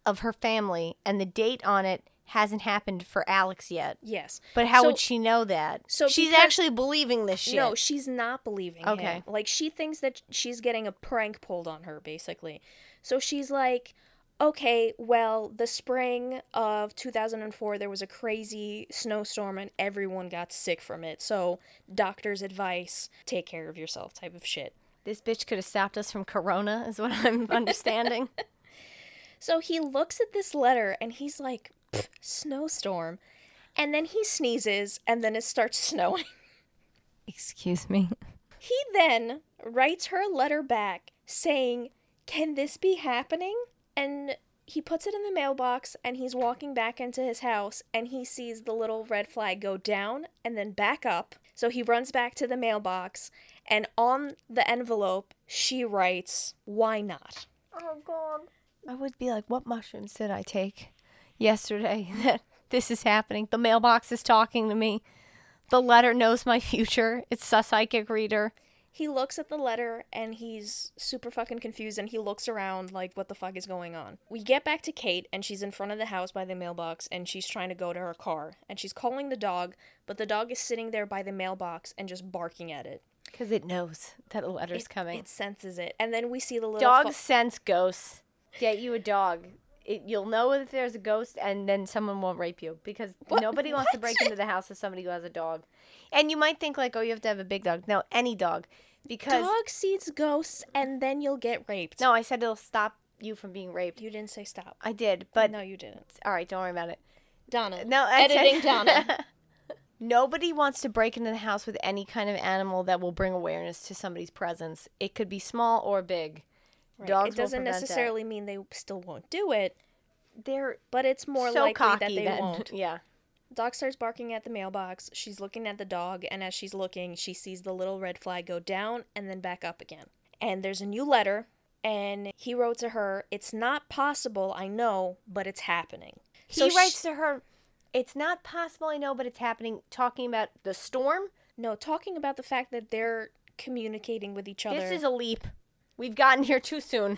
S2: of her family, and the date on it hasn't happened for Alex yet.
S5: yes.
S2: But how
S5: So-
S2: would she know that?
S5: so
S2: she's
S5: because-
S2: actually believing this shit.
S5: No, she's not believing okay.
S2: Okay.
S5: Like she thinks that she's getting a prank pulled on her basically. So she's like, "Okay, well, the spring of 2004 there was a crazy snowstorm and everyone got sick from it. So, doctor's advice, take care of yourself type of shit."
S2: this bitch could have stopped us from Corona, is what [LAUGHS] I'm understanding.
S5: So he looks at this letter and he's like, "Pfft, "Snowstorm." And then he sneezes and then it starts [LAUGHS] snowing.
S2: Excuse me.
S5: He then writes her a letter back saying, Can this be happening? And he puts it in the mailbox and he's walking back into his house and he sees the little red flag go down and then back up. So he runs back to the mailbox and on the envelope, she writes, Why not?
S2: I would be like, what mushrooms did I take yesterday [LAUGHS] that this is happening? The mailbox is talking to me. The letter knows my future. It's a psychic reader.
S5: He looks at the letter and he's super fucking confused and he looks around like, What the fuck is going on? We get back to Kate and she's in front of the house by the mailbox and she's trying to go to her car and she's calling the dog, but the dog is sitting there by the mailbox and just barking at it.
S2: Because it knows that a letter's coming.
S5: It senses it. And then we see the little
S2: Dogs
S5: fu-
S2: sense ghosts. Get you a dog. It, you'll know if there's a ghost, and then someone won't rape you because nobody [LAUGHS] wants to break into the house of somebody who has a dog. And you might think like, oh, you have to have a big dog. No, any dog, because
S5: dog sees ghosts and then you'll get raped.
S2: no, I said it'll stop you from being raped.
S5: You didn't say stop.
S2: I did, but
S5: No, you didn't.
S2: all right, don't worry about it.
S5: Donna.
S2: No, I said-
S5: editing
S2: [LAUGHS]
S5: Donna.
S2: Nobody wants to break into the house with any kind of animal that will bring awareness to somebody's presence. It could be small or big.
S5: Right.
S2: Dogs
S5: it doesn't
S2: will prevent
S5: necessarily
S2: necessarily.
S5: mean they still won't do it,
S2: They're
S5: but it's more
S2: so
S5: likely
S2: cocky
S5: that they
S2: then. [LAUGHS]
S5: won't.
S2: Yeah.
S5: Dog starts barking at the mailbox. She's looking at the dog, and as she's looking, she sees the little red flag go down and then back up again. And there's a new letter, and he wrote to her, It's not possible, I know, but it's happening.
S2: he
S5: sh-
S2: writes to her it's not possible i know but it's happening talking about the storm
S5: No, talking about the fact that they're communicating with each other.
S2: this is a leap we've gotten here too [LAUGHS] soon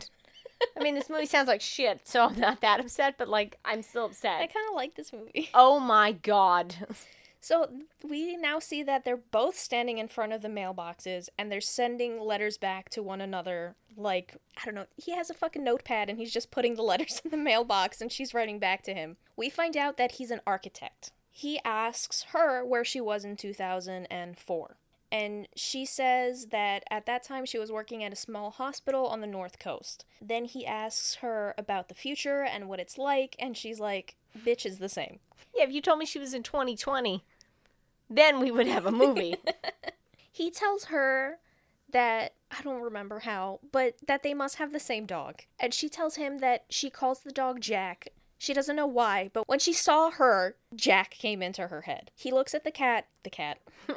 S2: i mean this movie sounds like shit so i'm not that upset but like i'm still
S5: I
S2: upset
S5: kind of like this movie.
S2: oh my god [LAUGHS]
S5: So we now see that they're both standing in front of the mailboxes and they're sending letters back to one another. Like, I don't know, he has a fucking notepad and he's just putting the [LAUGHS] letters in the mailbox and she's writing back to him. We find out that he's an architect. He asks her where she was in 2004. And she says that at that time she was working at a small hospital on the North Coast. Then he asks her about the future and what it's like, and she's like, bitch is the same.
S2: Yeah, if you told me she was in 2020, then we would have
S5: [LAUGHS]
S2: a movie.
S5: He tells her that I don't remember how, but that they must have the same dog. And she tells him that she calls the dog Jack. She doesn't know why, but when she saw her, Jack came into her head. He looks at the cat, the cat. [LAUGHS]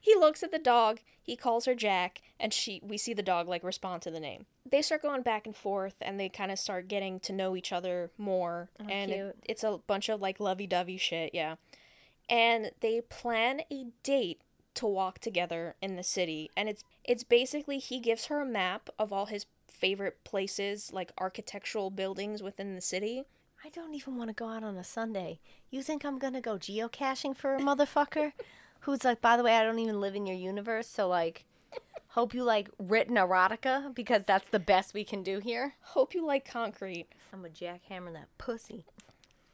S5: he looks at the dog, he calls her Jack, and she we see the dog like respond to the name. They start going back and forth and they kind of start getting to know each other more and it-
S2: cute.
S5: it's a bunch of like lovey-dovey shit, yeah. And they plan a date to walk together in the city and it's it's basically he gives her a map of all his favorite places like architectural buildings within the city
S2: I don't even want to go out on a Sunday. You think I'm going to go geocaching for
S5: [LAUGHS]
S2: a motherfucker who's like, by the way, I don't even live in your universe, so like, hope you like written erotica because that's the best we can do here.
S5: hope you like concrete
S2: I'm going to jackhammer that pussy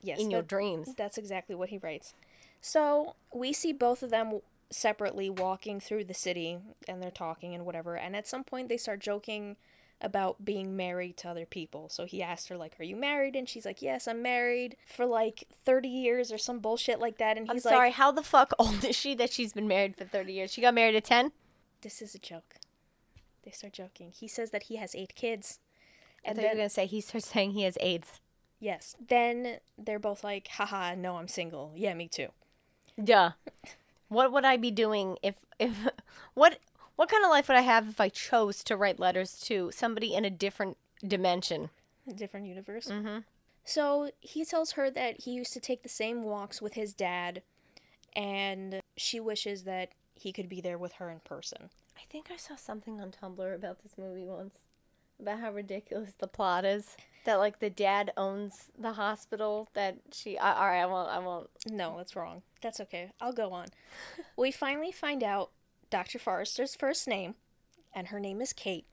S5: yes
S2: in your
S5: that-
S2: dreams.
S5: that's exactly what he writes so we see both of them separately walking through the city and they're talking and whatever and at some point they start joking about being married to other people so he asked her like are you married and she's like yes i'm married for like 30 years or some bullshit like that and
S2: I'm
S5: he's
S2: sorry,
S5: like
S2: how the fuck old is she that she's been married for 30 years? She got married at 10?
S5: this is a joke they start joking he says that he has eight kids
S2: I
S5: and
S2: thought you were
S5: then
S2: going to say he starts saying he has AIDS.
S5: Yes. Then they're both like, haha, no, I'm single. Yeah, me too.
S2: Duh. What would I be doing if if [LAUGHS] what what kind of life would I have if I chose to write letters to somebody in a different dimension?
S5: Different universe. Mm-hmm. So he tells her that he used to take the same walks with his dad, and she wishes that he could be there with her in person.
S2: I think I saw something on Tumblr about this movie once. About how ridiculous the plot is. That like the dad owns the hospital that she I, all right, I won't I won't
S5: No, that's wrong. That's okay. I'll go on. we finally find out Dr. Forrester's first name, and her name is Kate.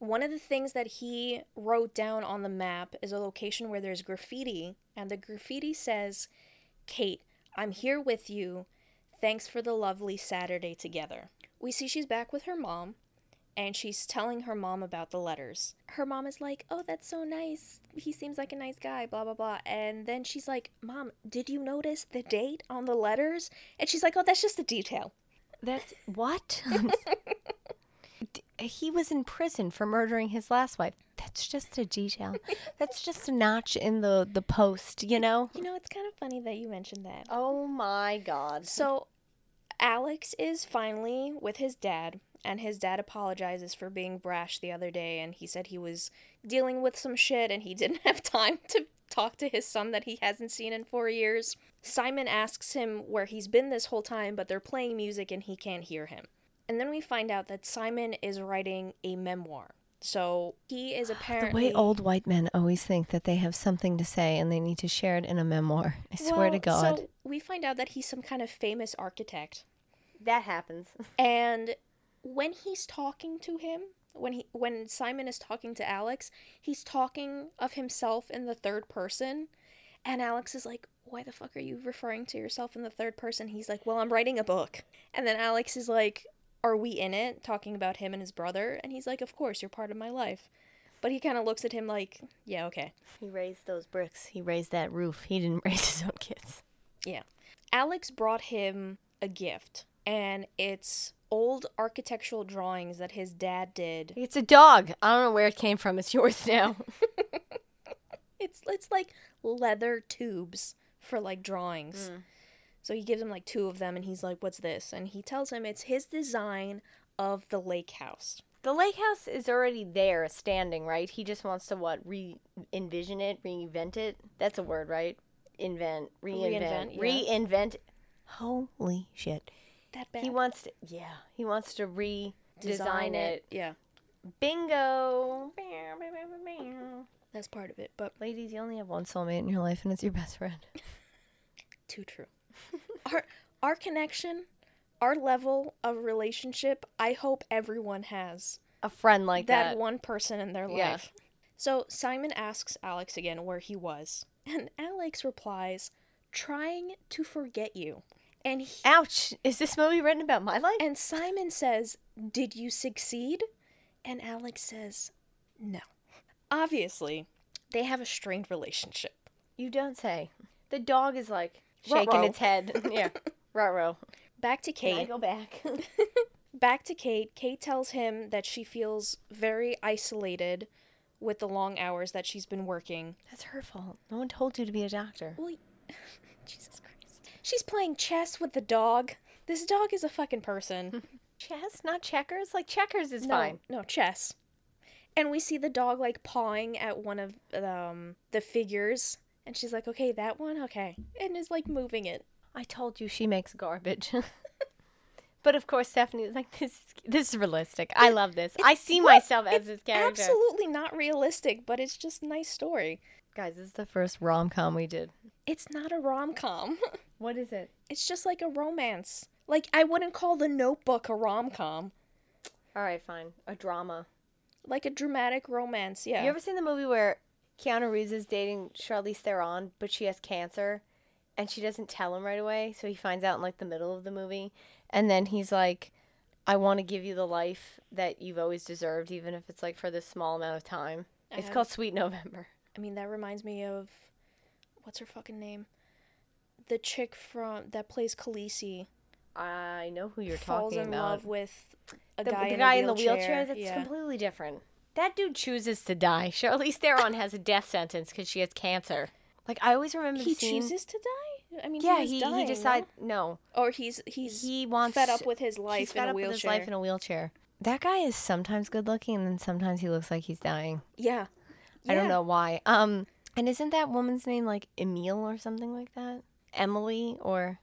S5: One of the things that he wrote down on the map is a location where there's graffiti, and the graffiti says, Kate, I'm here with you. Thanks for the lovely Saturday together. We see she's back with her mom, and she's telling her mom about the letters. Her mom is like, Oh, that's so nice. He seems like a nice guy, blah, blah, blah. And then she's like, Mom, did you notice the date on the letters? And she's like, Oh, that's just a detail.
S2: That's [LAUGHS] what? D- he was in prison for murdering his last wife. That's just a detail. That's just a notch in the the post, you know?
S5: You know, it's kind of funny that you mentioned that.
S2: Oh my god.
S5: So, Alex is finally with his dad, and his dad apologizes for being brash the other day, and he said he was dealing with some shit and he [LAUGHS] didn't have time to talk to his son that he hasn't seen in four years. Simon asks him where he's been this whole time, but they're playing music and he can't hear him. And then we find out that Simon is writing a memoir. So he is
S2: The
S5: apparently
S2: way old white men always think that they have something to say and they need to share it in a memoir. I swear to
S5: Well,
S2: God.
S5: So we find out that he's some kind of famous architect.
S2: that happens. [LAUGHS]
S5: And when he's talking to him, when he when Simon is talking to Alex, he's talking of himself in the third person, and Alex is like, "Why the fuck are you referring to yourself in the third person?" He's like, "Well, I'm writing a book." And then Alex is like, "Are we in it?" talking about him and his brother, and he's like, "Of course, you're part of my life." But he kind of looks at him like, "Yeah, okay."
S2: He raised those bricks. He raised that roof. He didn't [LAUGHS] raise his own kids.
S5: Yeah. Alex brought him a gift, and it's old architectural drawings that his dad did
S2: It's a dog. I don't know where it came from. It's yours now.
S5: It's it's like leather tubes for like drawings. So he gives him like two of them and he's like, "What's this?" And he tells him it's his design of the lake house.
S2: [LAUGHS] The lake house is already there, standing, right? He just wants to what re envision it, reinvent it. That's a word, right? Invent, reinvent,
S5: Reinvent,
S2: reinvent. Holy shit!
S5: That bad.
S2: He wants to, yeah, he wants to redesign
S5: Design
S2: it.
S5: Yeah.
S2: Bingo!
S5: That's part of it, but
S2: Ladies, you only have one soulmate in your life, and it's your best friend.
S5: too true. [LAUGHS] our our connection, our level of relationship, I hope everyone has.
S2: [LAUGHS] A friend like
S5: that,
S2: that.
S5: one person in their
S2: Yeah.
S5: life. So Simon asks Alex [LAUGHS] again where he was, and Alex replies, trying to forget you. And he,
S2: Ouch! Is this movie written about my life?
S5: and Simon says, "Did you succeed?" And Alex says, "No." Obviously, they have a strained relationship.
S2: You don't say. The dog is like shaking
S5: Ruh-roh.
S2: its [LAUGHS] head. yeah. Ruh-roh.
S5: Back to
S2: Can I
S5: Kate.
S2: go back? [LAUGHS]
S5: Back to Kate. Kate tells him that she feels very isolated with the long hours that she's been working.
S2: That's her fault. No one told you to be a [LAUGHS] doctor.
S5: Well, Jesus Christ. She's playing chess with the dog. This dog is a fucking person.
S2: [LAUGHS] Chess, not checkers. Like checkers is
S5: no,
S2: fine.
S5: No, chess. And we see the dog like pawing at one of um, the figures. And she's like, okay, that one? Okay. And is like moving it.
S2: I told you she makes garbage. [LAUGHS] but of course, Stephanie is like this. is- This is realistic. I love this. I see myself as this character.
S5: Absolutely not realistic, but it's just nice story.
S2: Guys, this is the first rom com we did.
S5: It's not a rom com.
S2: What is it?
S5: [LAUGHS] it's just like a romance. Like I wouldn't call the notebook a rom com.
S2: All right, fine. A drama.
S5: Like a dramatic romance, yeah.
S2: You ever seen the movie where Keanu Reeves is dating Charlize Theron, but she has cancer, and she doesn't tell him right away, so he finds out in like the middle of the movie, and then he's like, "I want to give you the life that you've always deserved, even if it's like for this small amount of time." It's called Sweet November.
S5: I mean that reminds me of what's her fucking name? The chick from that plays Khaleesi
S2: I know who you're
S5: falls
S2: talking
S5: in
S2: about.
S5: love with a
S2: the,
S5: guy,
S2: the
S5: in,
S2: guy
S5: a
S2: in the wheelchair. That's
S5: yeah.
S2: completely different. That dude chooses to die. [LAUGHS] Charlize Theron has a death sentence because she has cancer. Like I always remember
S5: he
S2: the scene.
S5: chooses to die. I mean,
S2: yeah,
S5: was
S2: he,
S5: dying,
S2: he
S5: no?
S2: decides no.
S5: or he's he's
S2: he wants
S5: fed up with his
S2: he's
S5: life
S2: fed
S5: in a
S2: up with
S5: wheelchair.
S2: his life in a wheelchair. That guy is sometimes good looking, and then sometimes he looks like he's dying.
S5: yeah,
S2: I don't
S5: Yeah.
S2: know why. Um, and isn't that woman's name like Emile or something like that? Emily or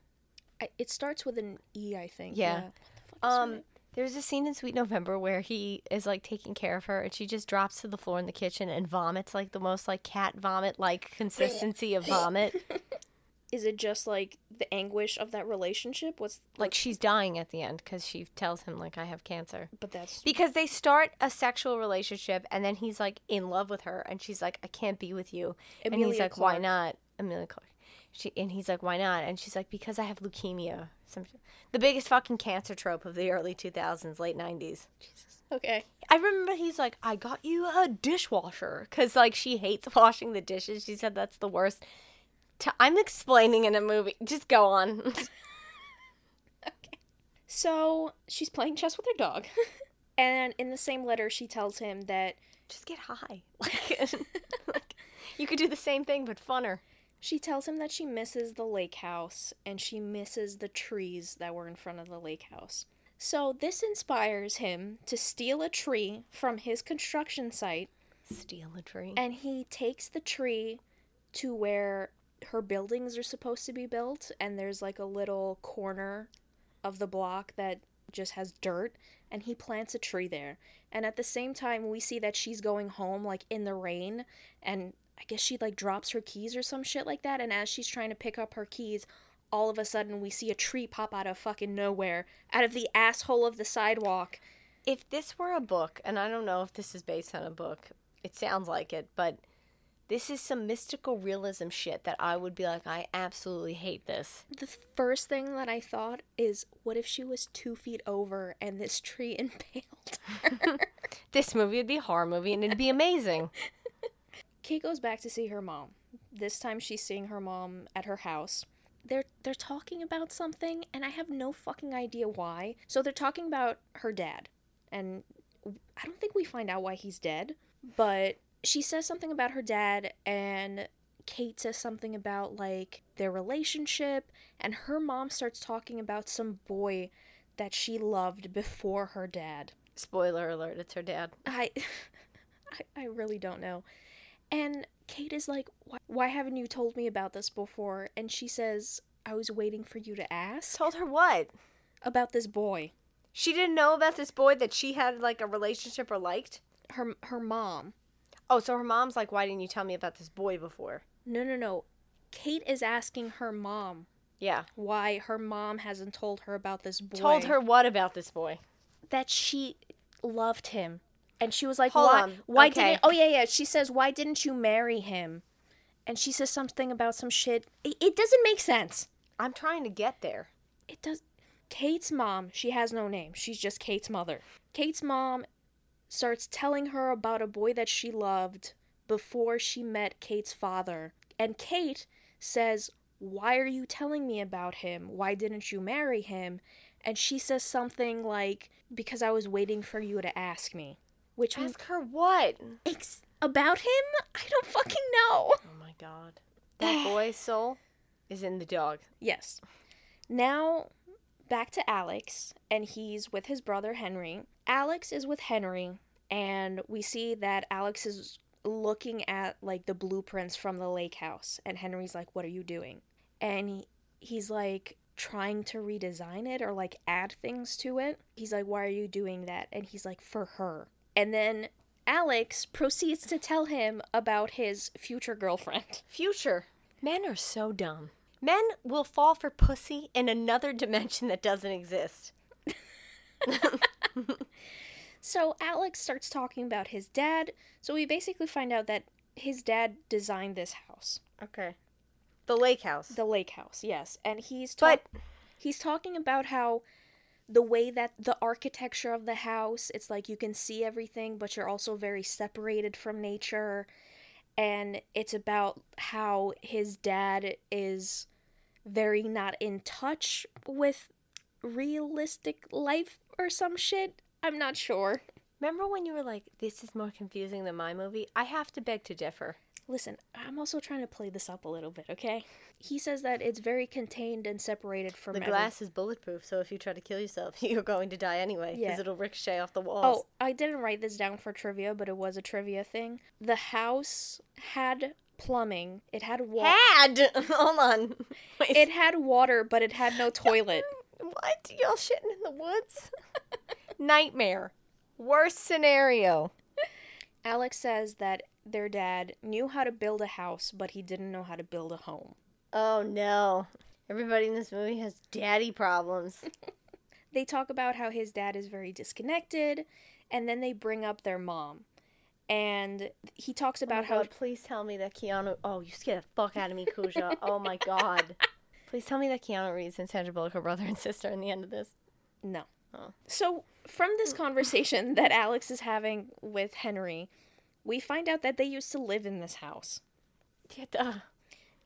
S5: I, it starts with an E, I think.
S2: Yeah.
S5: What the fuck is her
S2: um. There's a scene in Sweet November where he is like taking care of her, and she just drops to the floor in the kitchen and vomits like the most like cat vomit like consistency of vomit,
S5: [LAUGHS] is it just like the anguish of that relationship? What's
S2: like she's dying at the end because she tells him like I have cancer.
S5: but that's
S2: Because they start a sexual relationship and then he's like in love with her and she's like, I can't be with you. and he's
S5: Emilia
S2: like, Why
S5: Clarke.
S2: not? Amelia Clark. She and he's like, Why not? And she's like, Because I have leukemia. Some sh- the biggest fucking cancer trope of the early two thousands, late nineties.
S5: okay.
S2: I remember he's like, I got you a dishwasher because like she hates [LAUGHS] washing the dishes. She said that's the worst. i I'm explaining in a movie. Just go on. [LAUGHS]
S5: So she's playing chess with her dog, [LAUGHS] and in the same letter, she tells him that
S2: Just get high. [LAUGHS] Like, like you could do the same thing but funner.
S5: she tells him that she misses the lake house and she misses the trees that were in front of the lake house. So this inspires him to steal a tree from his construction site,
S2: Steal a tree.
S5: and he takes the tree to where her buildings are supposed to be built, and there's like a little corner of the block that just has dirt and he plants a tree there and at the same time we see that she's going home like in the rain and i guess she like drops her keys or some shit like that and as she's trying to pick up her keys all of a sudden we see a tree pop out of fucking nowhere out of the asshole of the sidewalk
S2: if this were a book, and I don't know if this is based on a book, it sounds like it, but this is some mystical realism shit that I would be like, I absolutely hate this.
S5: the first thing that i thought is what if she was two feet over and this tree [LAUGHS] impaled her
S2: This movie would be a horror movie and it'd be [LAUGHS] amazing.
S5: Kate goes back to see her mom. This time she's seeing her mom at her house. They're they're talking about something and I have no fucking idea why. So they're talking about her dad. And I don't think we find out why he's dead, but she says something about her dad and Kate says something about like their relationship and her mom starts talking about some boy that she loved before her dad.
S2: Spoiler alert, it's her dad.
S5: I, [LAUGHS] I, I really don't know. And Kate is like, why, why haven't you told me about this before? And she says, I was waiting for you to ask
S2: Told her what?
S5: about this boy.
S2: She didn't know about this boy that she had like a relationship or liked?
S5: Her, her mom.
S2: Oh, so her mom's like, why didn't you tell me about this boy before?
S5: No, no, no. Kate is asking her mom
S2: Yeah.
S5: why her mom hasn't told her about this boy.
S2: Told her what about this boy?
S5: that she loved him. And she was like,
S2: Hold
S5: why,
S2: on.
S5: why
S2: Okay.
S5: didn't, oh yeah, yeah. She says, why didn't you marry him? And she says something about some shit. It, it doesn't make sense.
S2: I'm trying to get there.
S5: it does. Kate's mom, she has no name. She's just Kate's mother. Kate's mom starts telling her about a boy that she loved before she met Kate's father. And Kate says, Why are you telling me about him? Why didn't you marry him? And she says something like, Because I was waiting for you to ask me. Which means
S2: Ask her what?
S5: Ex- about him? I don't fucking know.
S2: Oh my god. [SIGHS] That boy's soul is in the dog.
S5: Yes. Now back to Alex, and he's with his brother Henry. Alex is with Henry, and we see that Alex is looking at like the blueprints from the lake house, and Henry's like, What are you doing? And he, he's like, trying to redesign it or like add things to it. He's like, Why are you doing that? And he's like, For her. And then Alex proceeds to tell him about his future girlfriend.
S2: Future. Men are so dumb. Men will fall for pussy in another [LAUGHS] dimension that doesn't exist.
S5: So Alex starts talking about his dad. So we basically find out that his dad designed this house,
S2: Okay. The lake house.
S5: the lake house. Yes, and he's ta-
S2: but
S5: he's talking about how the way that the architecture of the house, it's like you can see everything, but you're also very separated from nature. And it's about how his dad is very not in touch with realistic life or some shit. I'm not sure.
S2: remember when you were like, this is more confusing than my movie? I have to beg to differ.
S5: Listen, I'm also trying to play this up a little bit, okay? He says that it's very contained and separated from
S2: The
S5: every-
S2: glass is bulletproof, so if you try to kill yourself, [LAUGHS] you're going to die anyway because
S5: Yeah.
S2: it'll ricochet off the walls.
S5: Oh, I didn't write this down for trivia, but it was a trivia thing. The house had plumbing. It had water.
S2: Had! [LAUGHS] Hold on. [LAUGHS] Wait.
S5: It had water, but it
S2: [LAUGHS]
S5: had no toilet.
S2: What? Y'all shitting in the woods? [LAUGHS] Nightmare. Worst scenario.
S5: Alex says that their dad knew how to build a house, but he didn't know how to build a home.
S2: Oh no. Everybody in this movie has daddy problems.
S5: They talk about how his dad is very disconnected, and then they bring up their mom. And he talks about how
S2: Oh, God, please tell me that Keanu. Oh, you scared the fuck out of me, [LAUGHS] Kuja. oh my god. Please tell me that Keanu Reeves and Sandra Bullock are brother and sister in the end of this.
S5: No.
S2: Oh.
S5: So, from
S2: Mm.
S5: this conversation [LAUGHS] that Alex is having with Henry, we find out that they used to live in this house
S2: Yeah, duh.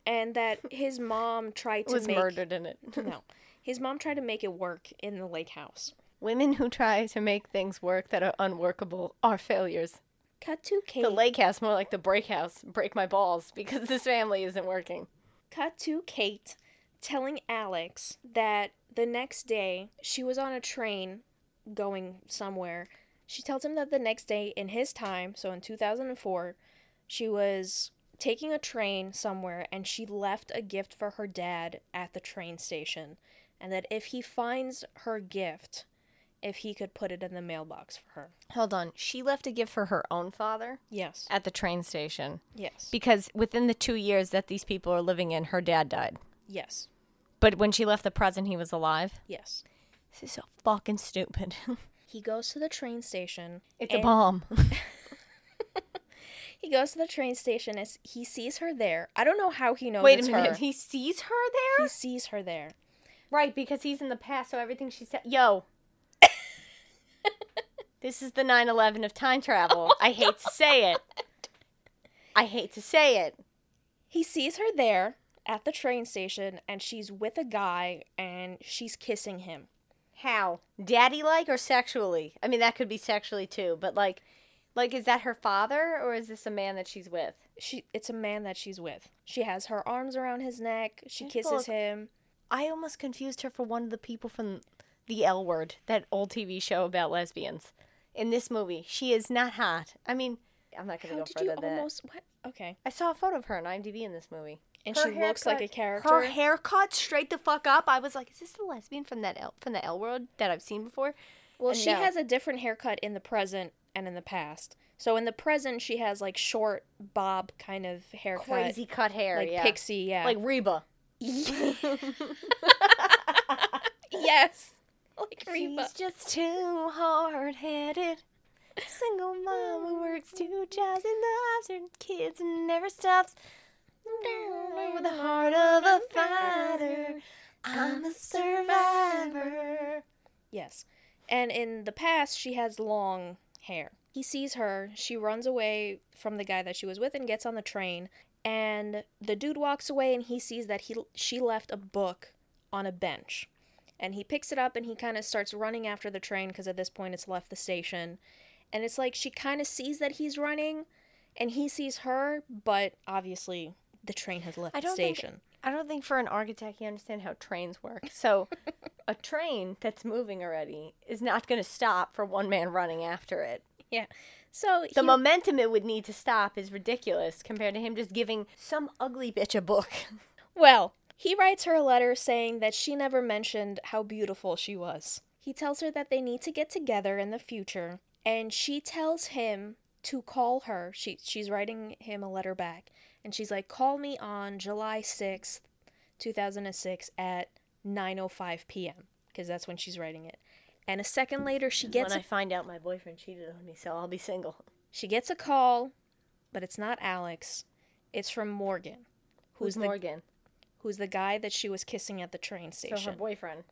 S5: and
S2: [LAUGHS]
S5: that his mom tried to
S2: Was
S5: make
S2: murdered in it.
S5: [LAUGHS] No. His mom tried to make it work in the lake house.
S2: Women who try to make things work that are unworkable are failures.
S5: Cut to Kate.
S2: The lake house, more like the break house, break my balls because this family isn't working.
S5: Cut to Kate telling Alex that the next day she was on a train going somewhere. She tells him that the next day in his time, so in 2004, she was taking a train somewhere and she left a gift for her dad at the train station. And that if he finds her gift, if he could put it in the mailbox for her.
S2: Hold on. She left a gift for her own father
S5: Yes.
S2: at the train station
S5: Yes.
S2: because within the two years that these people are living in, her dad died.
S5: yes.
S2: But when she left the present, he was alive.
S5: Yes.
S2: This is so fucking stupid. [LAUGHS]
S5: He goes to the train station.
S2: it's a
S5: and-
S2: [LAUGHS] bomb.
S5: He goes to the train station as he sees her there. I don't know how he knows
S2: Wait a
S5: it's
S2: minute.
S5: her.
S2: He sees her there?
S5: He sees her there.
S2: Right, because he's in the past, so everything she said. Yo. [LAUGHS] this is the 9 11 of time travel. I hate to say it. Oh I hate to say it.
S5: He sees her there at the train station and she's with a guy and she's kissing him.
S2: How? Daddy like or sexually? I mean, that could be sexually too, but like, like is that her father or is this a man that she's with?
S5: She it's a man that she's with. She has her arms around his neck. She
S2: Just
S5: kisses
S2: look.
S5: him.
S2: I almost confused her for one of the people from the L Word, that old TV show about lesbians. In this movie, she is not hot. I mean, I'm not going
S5: How
S2: to go
S5: did you
S2: further than that.
S5: almost what? Okay.
S2: I saw a photo of her on IMDb in this movie.
S5: And she looks like a character.
S2: Her haircut straight the fuck up. I was like, is this the lesbian from that L from the L World that I've seen before?
S5: Well,
S2: And
S5: she
S2: no.
S5: has a different haircut in the present and in the past. So in the present she has like short bob kind of haircut.
S2: Crazy cut hair,
S5: like
S2: yeah.
S5: pixie, yeah.
S2: like Reba.
S5: yes. [LAUGHS] Like Reba.
S2: She's just too hard headed. Single mom who works two jobs and loves her kids and never stops. With the heart of a fighter. I'm a survivor.
S5: Yes. And in the past, she has long hair. He sees her. She runs away from the guy that she was with and gets on the train. And the dude walks away and he sees that he she left a book on a bench. And he picks it up and he kind of starts running after the train because at this point it's left the station. And it's like she kind of sees that he's running and he sees her, but obviously the train has left
S2: I
S5: the
S2: don't think-
S5: station.
S2: I don't think for an architect you understand how trains work. So, a [LAUGHS] train that's moving already is not going to stop for one man running after it.
S5: Yeah. So
S2: The
S5: he-
S2: momentum it would need to stop is ridiculous compared to him just giving some ugly bitch a book.
S5: Well, he writes her a letter saying that she never mentioned how beautiful she was. He tells her that they need to get together in the future, and she tells him to call her. She she's writing him a letter back, and she's like, "Call me on July 6th, 2006 at 9:05 p.m." because that's when she's writing it. And a second later she gets
S2: when
S5: a
S2: I find out my boyfriend cheated on me, so I'll be single.
S5: she gets a call, but it's not Alex. It's from Morgan,
S2: Who's,
S5: the
S2: Morgan?
S5: who's the guy that she was kissing at the train station.
S2: So her boyfriend.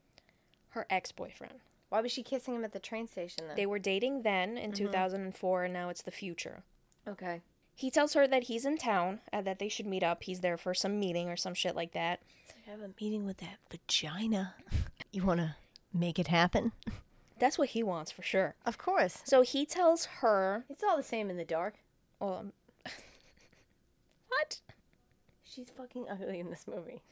S5: her ex-boyfriend.
S2: Why was she kissing him at the train station then?
S5: They were dating then
S2: Mm-hmm.
S5: in 2004 and now it's the future.
S2: okay.
S5: He tells her that he's in town and that they should meet up. He's there for some meeting or some shit like that.
S2: I have a meeting with that vagina. [LAUGHS] You want to make it happen?
S5: That's what he wants for sure.
S2: Of course.
S5: So he tells her,
S2: It's all the same in the dark.
S5: um, [LAUGHS] what?
S2: She's fucking ugly in this movie.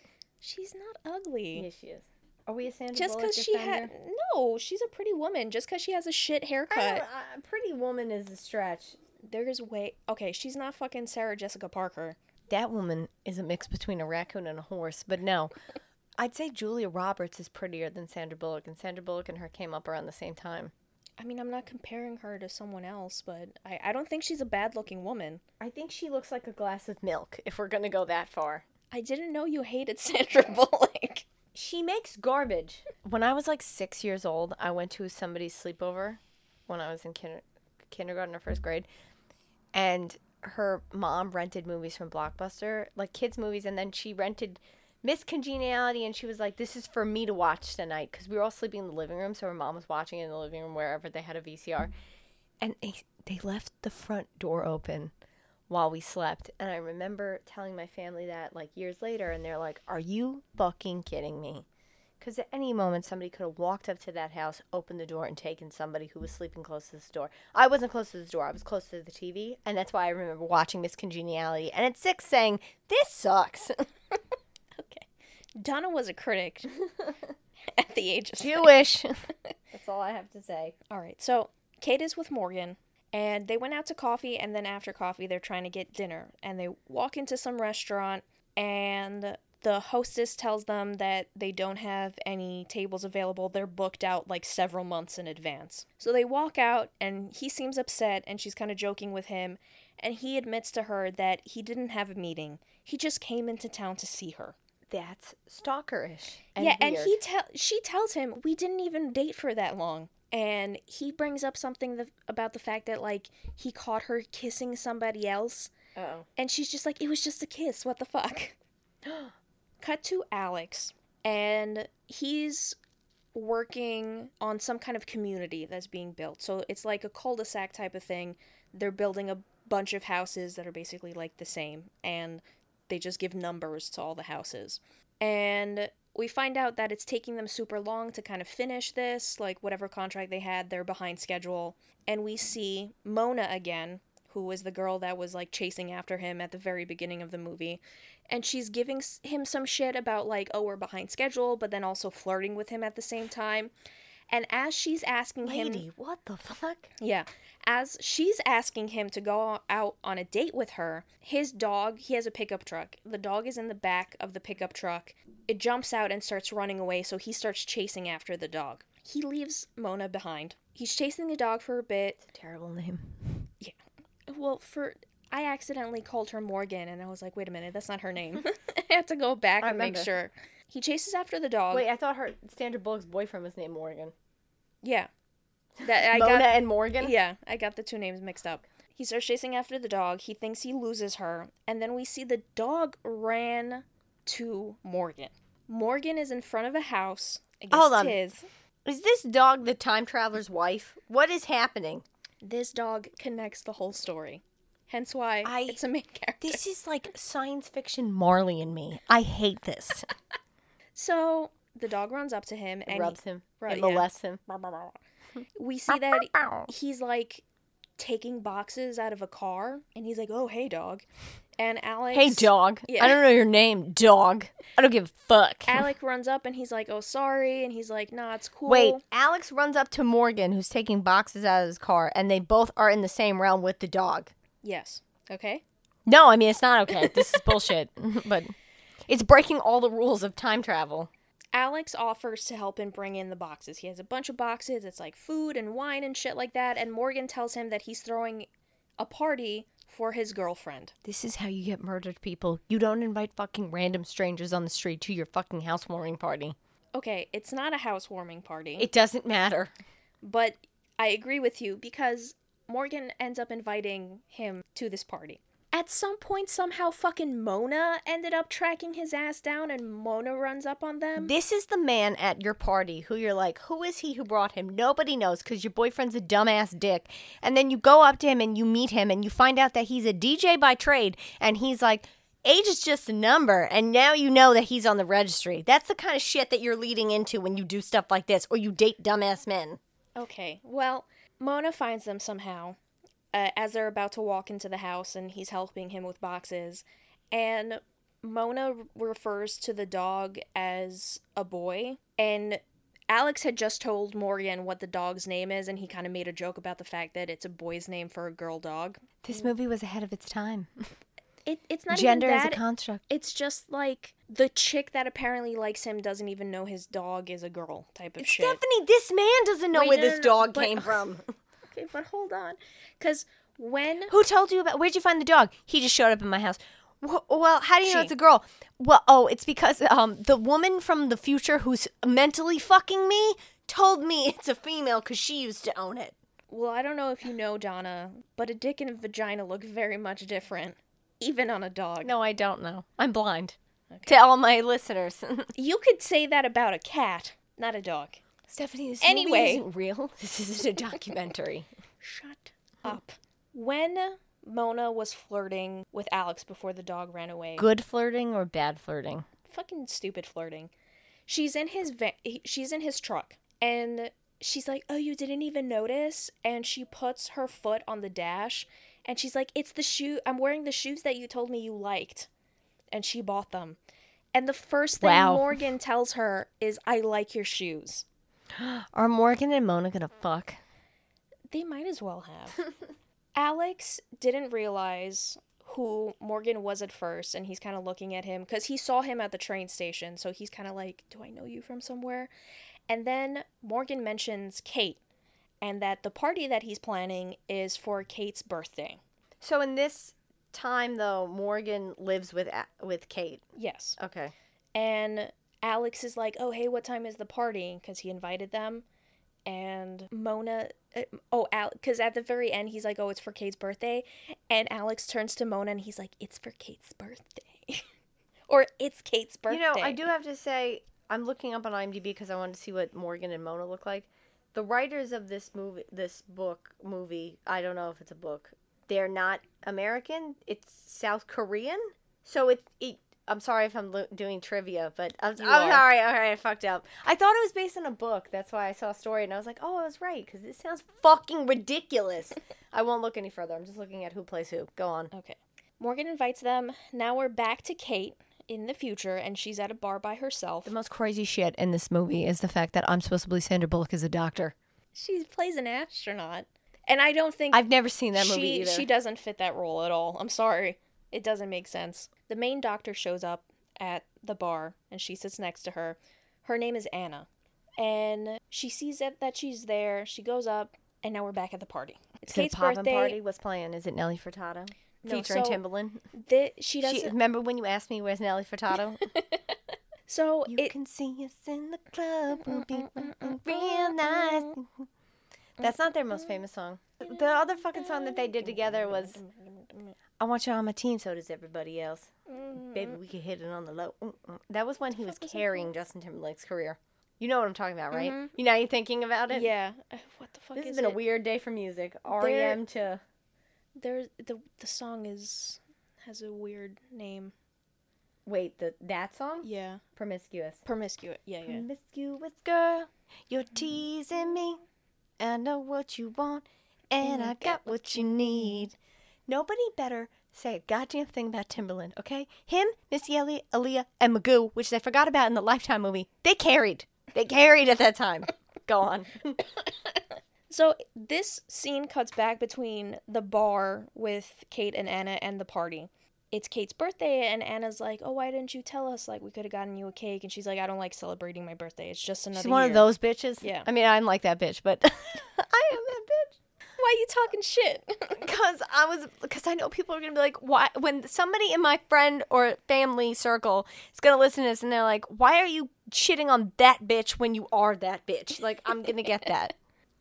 S5: She's not ugly.
S2: Yes, she is. Are we a Sandra
S5: Just
S2: Bullock
S5: because she
S2: defender?
S5: had no, she's a pretty woman. Just because she has a shit
S2: I
S5: haircut,
S2: don't- I- pretty woman is a stretch.
S5: there's way. Okay, she's not fucking Sarah Jessica Parker.
S2: That woman is a mix between a raccoon and a horse, but [LAUGHS] no. I'd say Julia Roberts is prettier than Sandra Bullock, and Sandra Bullock and her came up around the same time.
S5: I mean, I'm not comparing her to someone else, but I, I don't think she's a bad looking woman.
S2: I think she looks like a glass of milk, if we're gonna go that far.
S5: I didn't know you hated [LAUGHS] Sandra Bullock.
S2: She makes garbage. When I was like six years old, I went to somebody's sleepover when I was in kinder- kindergarten or first grade, and her mom rented movies from Blockbuster, like kids' movies, and then she rented Miss Congeniality, and she was like, "This is for me to watch tonight," because we were all sleeping in the living room, so her mom was watching it in the living room wherever they had a VCR, and they, they left the front door open while we slept. And I remember telling my family that like years later, and they're like, Are you fucking kidding me? Because at any moment, somebody could have walked up to that house, opened the door, and taken somebody who was sleeping close to this door. I wasn't close to this door, I was close to the TV. And that's why I remember watching Miss Congeniality and at six saying, This sucks. [LAUGHS]
S5: Donna was a critic at the age of
S2: Jewish. that's all I have to say.
S5: All right, so Kate is with Morgan, and they went out to coffee, and then after coffee, they're trying to get dinner, and they walk into some restaurant, and the hostess tells them that they don't have any tables available. They're booked out like several months in advance. So they walk out, and he seems upset, and she's kind of joking with him, and he admits to her that he didn't have a meeting. He just came into town to see her.
S2: [LAUGHS] That's stalkerish. And
S5: yeah, and
S2: weird.
S5: he tell she tells him we didn't even date for that long, and he brings up something the, about the fact that like he caught her kissing somebody else,
S2: Oh.
S5: and she's just like it was just a kiss. What the
S2: [GASPS]
S5: fuck? Cut to Alex, and he's working on some kind of community that's being built. So it's like a cul-de-sac type of thing. They're building a bunch of houses that are basically like the same and they just give numbers to all the houses. And we find out that it's taking them super long to kind of finish this, like whatever contract they had, they're behind schedule. And we see Mona again, who was the girl that was like chasing after him at the very beginning of the movie. And she's giving s- him some shit about like, oh, we're behind schedule, but then also flirting with him at the same time. And as she's asking him
S2: Lady, what the fuck?
S5: yeah. As she's asking him to go out on a date with her, his dog, he has a pickup truck. The dog is in the back of the pickup truck. It jumps out and starts running away, so he starts chasing after the dog. He leaves Mona behind. He's chasing the dog for a bit.
S2: Terrible name.
S5: Well, for I accidentally called her Morgan and I was like, "Wait a minute, that's not her name." [LAUGHS] I had to go back
S2: I
S5: and make
S2: remember.
S5: sure. He chases after the dog.
S2: Wait, I thought her Sandra Bullock's boyfriend was named Morgan.
S5: Yeah. That I
S2: Mona
S5: got
S2: and Morgan.
S5: Yeah, I got the two names mixed up. He starts chasing after the dog. He thinks he loses her. And then we see the dog ran to Morgan. Morgan is in front of a house. I guess
S2: Hold on.
S5: tis.
S2: Is this dog the time traveler's wife? What is happening?
S5: This dog connects the whole story. Hence why
S2: I-
S5: it's a main character.
S2: This is like science fiction Marley and me. I hate this.
S5: So the dog runs up to him and
S2: rubs him.
S5: Right,
S2: [LAUGHS] it
S5: yeah.
S2: molests him.
S5: we see that he's like taking boxes out of a car and he's like, "Oh, hey dog." And Alex
S2: Hey, [LAUGHS] dog.
S5: Yeah.
S2: I don't know your name, dog. I don't give a fuck.
S5: Alec runs up and he's like, "Oh, sorry." And he's like, "Nah, it's cool."
S2: Wait, Alex runs up to Morgan, who's taking boxes out of his car, and they both are in the same realm with the dog.
S5: Yes. Okay.
S2: No, I mean, it's not okay. This is [LAUGHS] bullshit. But it's breaking all the rules of time travel.
S5: Alex offers to help him bring in the boxes. He has a bunch of boxes. It's like food and wine and shit like that. And Morgan tells him that he's throwing a party for his girlfriend.
S2: This is how you get murdered, people. You don't invite fucking random strangers on the street to your fucking housewarming party.
S5: Okay, it's not a housewarming party.
S2: It doesn't matter.
S5: But I agree with you because Morgan ends up inviting him to this party. At some point, somehow fucking Mona ended up tracking his ass down and Mona runs up on them.
S2: This is the man at your party who you're like, who is he who brought him? Nobody knows because your boyfriend's a dumbass dick. And then you go up to him and you meet him and you find out that he's a DJ by trade and he's like, age is just a number. And now you know that he's on the registry. That's the kind of shit that you're leading into when you do stuff like this or you date dumbass men.
S5: Okay, well, Mona finds them somehow uh, as they're about to walk into the house and he's helping him with boxes. And Mona r- refers to the dog as a boy. And Alex had just told Morgan what the dog's name is and he kind of made a joke about the fact that it's a boy's name for a girl dog.
S2: This movie was ahead of its time.
S5: It, it's not
S2: Gender
S5: even
S2: is a
S5: that.
S2: construct.
S5: it's just like the chick that apparently likes him doesn't even know his dog is a girl type of shit.
S2: Stephanie, this man doesn't know
S5: Wait,
S2: where
S5: no,
S2: this
S5: no, no,
S2: dog
S5: but-
S2: came from.
S5: Okay, but hold on. Because when
S2: Who told you about? Where'd you find the dog? He just showed up in my house. Wh- Well, how do you know
S5: She.
S2: it's a girl? Well, oh, it's because um the woman from the future who's mentally fucking me told me [LAUGHS] it's a female because she used to own it.
S5: Well, I don't know if you know, Donna, but a dick and a vagina look very much different, even on a dog.
S2: No, I don't know. I'm blind. To all my listeners, [LAUGHS]
S5: You could say that about a cat, not a dog.
S2: Stephanie, this
S5: Anyway.
S2: isn't real. [LAUGHS] This isn't a documentary.
S5: Shut up. When Mona was flirting with Alex before the dog ran away,
S2: [LAUGHS] Good flirting or bad flirting?
S5: fucking stupid flirting. She's in his va- he- she's in his truck and she's like, "Oh, you didn't even notice?" And she puts her foot on the dash and she's like, "It's the shoe. I'm wearing the shoes that you told me you liked." And she bought them. And the first thing
S2: Wow.
S5: Morgan tells her is, "I like your shoes."
S2: Are Morgan and Mona gonna fuck?
S5: They might as well have. Alex didn't realize who Morgan was at first, and he's kind of looking at him because he saw him at the train station. So he's kind of like, Do I know you from somewhere? And then Morgan mentions Kate and that the party that he's planning is for Kate's birthday.
S2: So in this time though, Morgan lives with A- with Kate.
S5: Yes.
S2: Okay.
S5: And Alex is like, "Oh, hey, what time is the party?" Because he invited them. And Mona, uh, oh, because at the very end he's like, "Oh, it's for Kate's birthday," and Alex turns to Mona and he's like, "It's for Kate's birthday," [LAUGHS] or "It's Kate's birthday."
S2: You know, I do have to say, I'm looking up on IMDb because I wanted to see what Morgan and Mona look like. The writers of this movie, this book, movie, I don't know if it's a book. They're not American. It's South Korean. So it, it I'm sorry if I'm lo- doing trivia, but I'm, I'm
S5: are.
S2: sorry. All right, I fucked up. I thought it was based on a book. That's why I saw a story and I was like, oh, I was right because this sounds fucking [LAUGHS] ridiculous. I won't look any further. I'm just looking at who plays who. Go on.
S5: Okay. Morgan invites them. Now we're back to Kate in the future, and she's at a bar by herself.
S2: The most crazy shit in this movie is the fact that I'm supposed to believe Sandra Bullock is a doctor.
S5: She plays an astronaut, and I don't think
S2: I've never seen that movie
S5: she,
S2: either.
S5: She doesn't fit that role at all. I'm sorry. It doesn't make sense. The main doctor shows up at the bar and she sits next to her. Her name is Anna. And she sees that, that she's there. She goes up, and now we're back at the party. It's
S2: Is it
S5: Kate's
S2: a pop-in
S5: birthday.
S2: party? What's playing? Is it Nelly Furtado?
S5: No,
S2: Featuring
S5: so
S2: Timbaland.
S5: Thi- she doesn't.
S2: She, remember when you asked me where's Nelly
S5: [LAUGHS]
S2: Furtado?
S5: so
S2: you
S5: it, Mm,
S2: can see us in the club. We'll be real nice. That's not their
S5: Mm,
S2: most famous song. The other fucking song that they did together was I Want You on My Team, so does everybody else.
S5: mm, Mm-hmm.
S2: Baby, we can hit it on the low. Mm, mm. That was when he was carrying Justin Timberlake's career. You know what I'm talking about, right? You now you're thinking about it?
S5: Mm-hmm. Yeah. Uh, What the fuck
S2: This
S5: is
S2: has been
S5: it?
S2: a weird day for music. REM to.
S5: There, the the song is has a weird name.
S2: Wait, the that song?
S5: Yeah.
S2: Promiscuous.
S5: Promiscuous. Yeah, yeah.
S2: Promiscuous girl, you're teasing me. I know what you want, and I got what you need. Nobody better say a goddamn thing about Timberland, okay? Him, Missy Elliott, Aaliyah, and Magoo, which they forgot about in the Lifetime movie. They carried. They carried at that time. Go on.
S5: So this scene cuts back between the bar with Kate and Anna and the party. It's Kate's birthday, and Anna's like, "Oh, why didn't you tell us? Like, we could have gotten you a cake." And she's like, "I don't like celebrating my birthday. It's just another."
S2: She's one of
S5: year."
S2: those bitches.
S5: Yeah.
S2: I mean, I'm like that bitch, but [LAUGHS] I am that bitch.
S5: Why you talking shit?
S2: [LAUGHS] because I was because I know people are gonna be like, why? When somebody in my friend or family circle is gonna listen to this and they're like, why are you shitting on that bitch when you are that bitch? Like I'm gonna get
S5: [LAUGHS]
S2: that.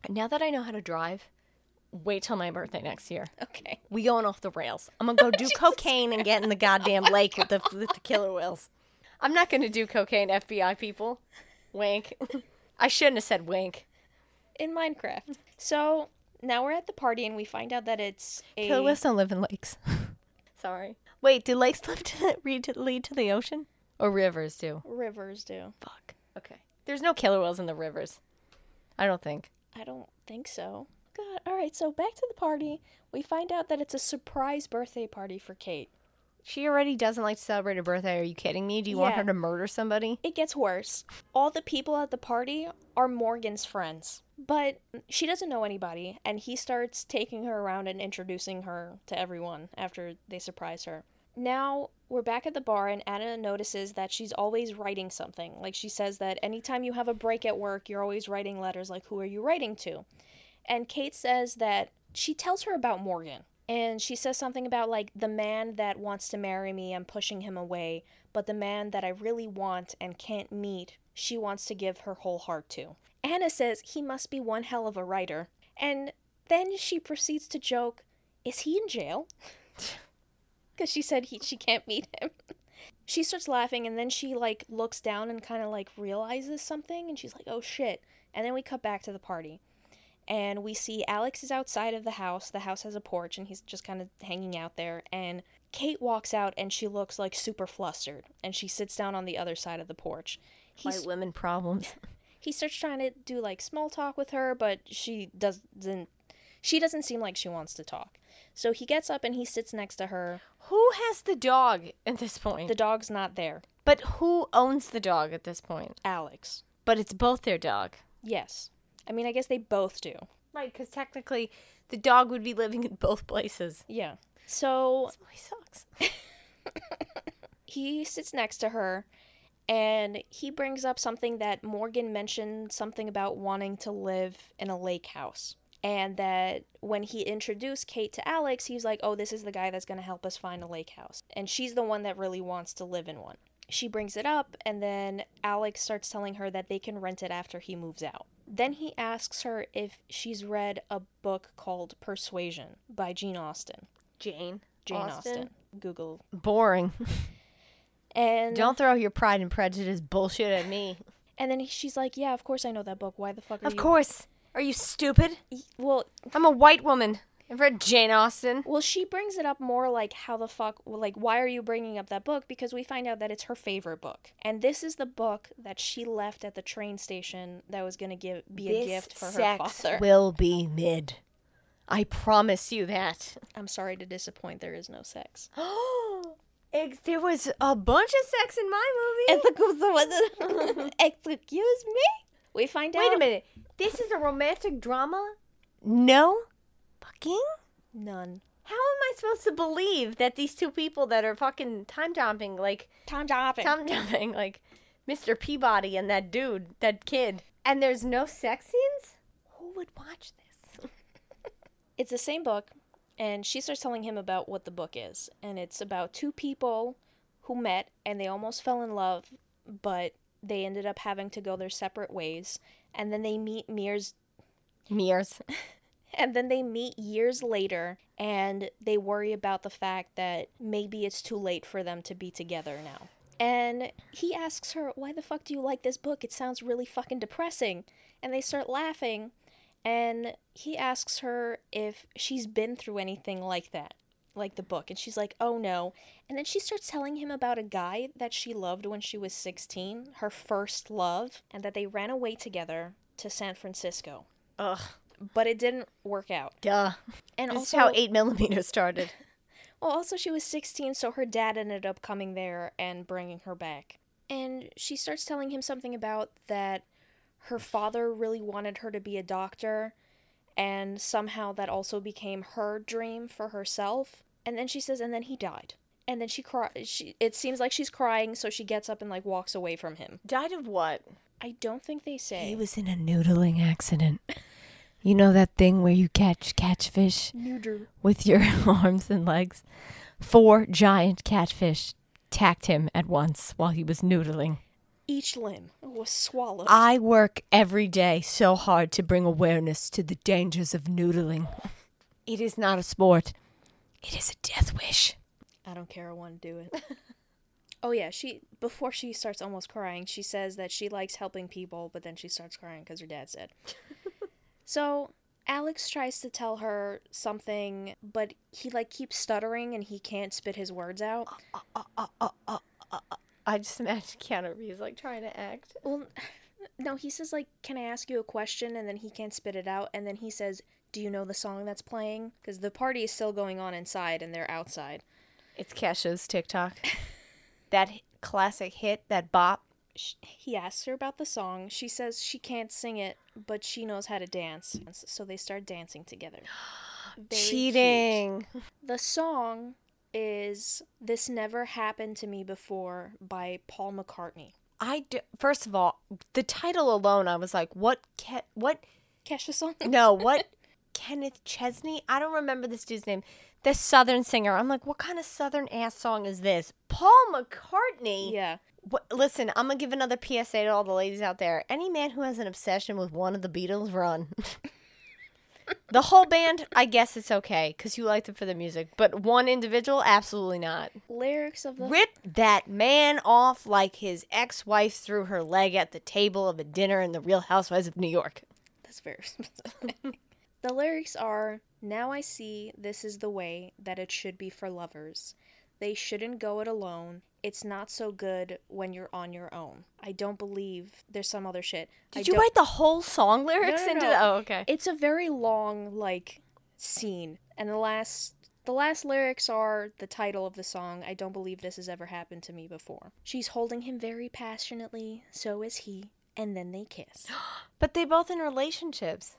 S2: And now that I know how to drive, wait till my birthday next year.
S5: okay.
S2: We going off the rails. I'm gonna go [LAUGHS] do cocaine and get in the goddamn lake with the with the killer whales. I'm not gonna do cocaine, FBI people. Wink. [LAUGHS] I shouldn't have said wink.
S5: In Minecraft. So now we're at the party, and we find out that it's a
S2: Killer whales don't live in [LAUGHS] lakes.
S5: Sorry,
S2: Wait, do lakes live to, lead, to, lead to the ocean? Or rivers do?
S5: rivers do.
S2: Fuck. Okay. There's no killer whales in the rivers. I don't think.
S5: I don't think so. God. All right. So back to the party. We find out that it's a surprise birthday party for Kate.
S2: She already doesn't like to celebrate her birthday. Are you kidding me? Do you want
S5: Yeah.
S2: her to murder somebody?
S5: It gets worse. All the people at the party are Morgan's friends, but she doesn't know anybody, and he starts taking her around and introducing her to everyone after they surprise her. Now we're back at the bar, and Anna notices that she's always writing something. Like she says that anytime you have a break at work, you're always writing letters, like, who are you writing to? And Kate says that she tells her about Morgan. And she says something about, like, the man that wants to marry me, I'm pushing him away, but the man that I really want and can't meet, she wants to give her whole heart to. Anna says he must be one hell of a writer. And then she proceeds to joke, Is he in jail? [LAUGHS] Because she said he, she can't meet him. [LAUGHS] she starts laughing and then she, like, looks down and kind of, like, realizes something and she's like, Oh shit. And then we cut back to the party and we see Alex is outside of the house. The house has a porch, and he's just kind of hanging out there. And Kate walks out, and she looks like super flustered, and she sits down on the other side of the porch. He's,
S2: White women problems. [LAUGHS]
S5: he starts trying to do like small talk with her, but she doesn't. She doesn't seem like she wants to talk. So he gets up and he sits next to her.
S2: who has the dog at this point?
S5: The dog's not there.
S2: but who owns the dog at this point?
S5: Alex.
S2: But it's both their dog.
S5: Yes. I mean, I guess they both do.
S2: Right, because technically the dog would be living in both places.
S5: Yeah. So
S2: This movie sucks.
S5: he sits next to her and he brings up something that Morgan mentioned something about wanting to live in a lake house. And that when he introduced Kate to Alex, he's like, oh, this is the guy that's going to help us find a lake house. And she's the one that really wants to live in one. She brings it up, and then Alex starts telling her that they can rent it after he moves out. Then he asks her if she's read a book called Persuasion by Jane Austen.
S2: Jane.
S5: Jane Austen. Google.
S2: Boring.
S5: And
S2: Don't throw your pride and prejudice bullshit at me.
S5: And then he- she's like, "Yeah, of course I know that book. Why the fuck are
S2: Of
S5: you?"
S2: course. Are you stupid?
S5: Well,
S2: I'm a white woman. I've read Jane Austen.
S5: well, she brings it up more like, "How the fuck? well, Like, why are you bringing up that book?" Because we find out that it's her favorite book, and this is the book that she left at the train station that was gonna give be a gift for her father.
S2: will be mid. I promise you [GASPS] that.
S5: [LAUGHS] I'm sorry to disappoint. There is no
S2: [LAUGHS]
S5: sex.
S2: Ex- there was a bunch of sex in my movie.
S5: [LAUGHS] Excuse me. We find out.
S2: Wait a minute. This is a romantic drama? No. Fucking?
S5: None.
S2: How am I supposed to believe that these two people that are fucking time jumping, like
S5: Time to hop in.
S2: time [LAUGHS] jumping, like Mr. Peabody and that dude, that kid, and there's no sex scenes? Who would watch this?
S5: it's the same book and she starts telling him about what the book is and it's about two people who met and they almost fell in love but they ended up having to go their separate ways and then they meet mirrors
S2: Mears.
S5: And then they meet years later and they worry about the fact that maybe it's too late for them to be together now. And he asks her, Why the fuck do you like this book? It sounds really fucking depressing. And they start laughing. And he asks her if she's been through anything like that, like the book. And she's like, Oh no. And then she starts telling him about a guy that she loved when she was 16, her first love, and that they ran away together to San Francisco.
S2: Ugh.
S5: But it didn't work out.
S2: Duh.
S5: And
S2: This is
S5: also,
S2: how eight millimeter started.
S5: Well, also she was 16, so her dad ended up coming there and bringing her back. And she starts telling him something about that her father really wanted her to be a doctor, and somehow that also became her dream for herself. And then she says, and then he died. And then she cry. She it seems like she's crying, so she gets up and like walks away from him.
S2: Died of what?
S5: I don't think they say.
S6: He was in a noodling accident. You know that thing where you catch catfish with your [LAUGHS] arms and legs? Four giant catfish tacked him at once while he was noodling.
S5: Each limb was swallowed.
S6: I work every day so hard to bring awareness to the dangers of noodling. It is not a sport. It is a death wish.
S5: I don't care. I want to do it. [LAUGHS] oh yeah, she before she starts almost crying, she says that she likes helping people, but then she starts crying because her dad's [LAUGHS] dead. so Alex tries to tell her something, but he like keeps stuttering and he can't spit his words out.
S2: I just imagine Keanu Reeves like trying to act.
S5: Well, no, he says like, "Can I ask you a question?" and then he can't spit it out, and then he says, "Do you know the song that's playing?" Because the party is still going on inside and they're outside.
S2: It's Kesha's [LAUGHS] TikTok. that hi- classic hit, that bop.
S5: sh- he asks her about the song. She says she can't sing it, but she knows how to dance. So they start dancing
S2: [GASPS]
S5: together. Very cute.
S2: Cheating.
S5: The song is This Never Happened to Me Before by Paul McCartney.
S2: I d- first of all, the title alone, I was like, what? Ke- what?
S5: Kesha song?
S2: No, what? Kenneth Chesney? I don't remember this dude's name. The Southern singer. I'm like, what kind of Southern ass song is this? Paul McCartney.
S5: Yeah.
S2: What, listen, I'm gonna give another PSA to all the ladies out there. Any man who has an obsession with one of the Beatles, run. [LAUGHS] the whole band, I guess it's okay because you liked them for the music, but one individual, absolutely not.
S5: Lyrics of the.
S2: Rip that man off like his ex-wife threw her leg at the table of a dinner in the Real Housewives of New York.
S5: That's very [LAUGHS] specific. the lyrics are Now I see this is the way that it should be for lovers. They shouldn't go it alone. It's not so good when you're on your own. I don't believe there's some other shit. I
S2: Did you
S5: don't-
S2: write the whole
S5: [LAUGHS]
S2: song lyrics
S5: No, no,
S2: into?
S5: no.
S2: The, oh, okay.
S5: It's a very long like scene, and the last the last lyrics are the title of the song. I don't believe this has ever happened to me before. She's holding him very passionately. So is he, and then they kiss.
S2: But they both in relationships.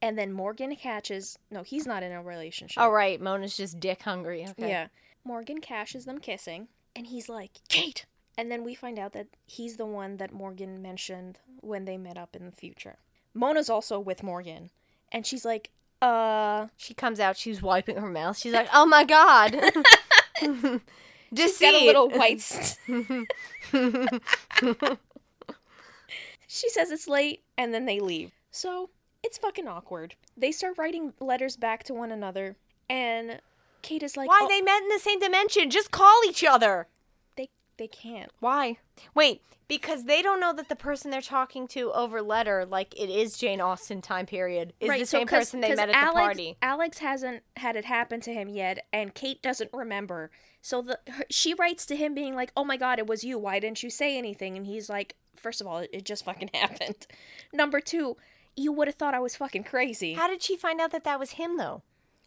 S5: and then Morgan catches. No, he's not in a relationship.
S2: All Oh, right, Mona's just dick hungry. Okay.
S5: Yeah. Morgan catches them kissing, and he's like, Kate! And then we find out that he's the one that Morgan mentioned when they met up in the future. Mona's also with Morgan, and she's like, uh,
S2: She comes out. She's wiping her mouth. She's like, "Oh my [LAUGHS] god." Deceit.
S5: got a
S2: [LAUGHS]
S5: little white. st- she says it's late, and then they leave. So it's fucking awkward. They start writing letters back to one another, and Kate is like,
S2: Why [LAUGHS]
S5: "Oh,
S2: they met in the same dimension? Just call each other.
S5: they they can't.
S2: Why? Wait, because they don't know that the person they're talking to over letter, like it is Jane Austen time period, is the
S5: so
S2: same
S5: 'cause-
S2: person they
S5: 'cause
S2: met at
S5: Alex,
S2: the party.
S5: Alex hasn't had it happen to him yet, and Kate doesn't remember. So the her, she writes to him being like, "Oh my god, it was you. Why didn't you say anything?" And he's like, first of all, it, it just fucking [LAUGHS] happened. Number two, you would have thought I was fucking crazy
S2: How did she find out that that was him though?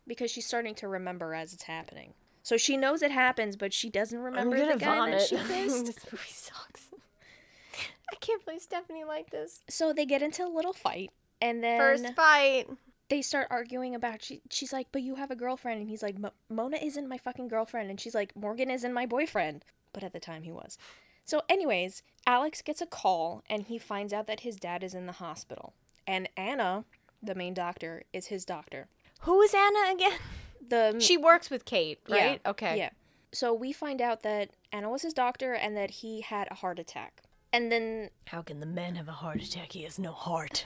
S5: because she's starting to remember as it's happening. So she knows it happens, but she doesn't remember the guy that
S2: [LAUGHS]
S5: she kissed.
S2: this movie sucks. [LAUGHS] I can't believe Stephanie liked this.
S5: so they get into a little fight, and then
S2: First fight.
S5: they start arguing about she she's like but you have a girlfriend and he's like "Mo- mona isn't my fucking girlfriend and she's like morgan isn't my boyfriend but at the time he was so anyways alex gets a call and he finds out that his dad is in the hospital and anna the main doctor is his doctor
S2: Who is Anna again?
S5: the
S2: She works with Kate,
S5: Mm. yeah,
S2: right? okay.
S5: yeah so we find out that anna was his doctor and that he had a heart attack and then
S6: How can the man have a heart attack? He has no heart.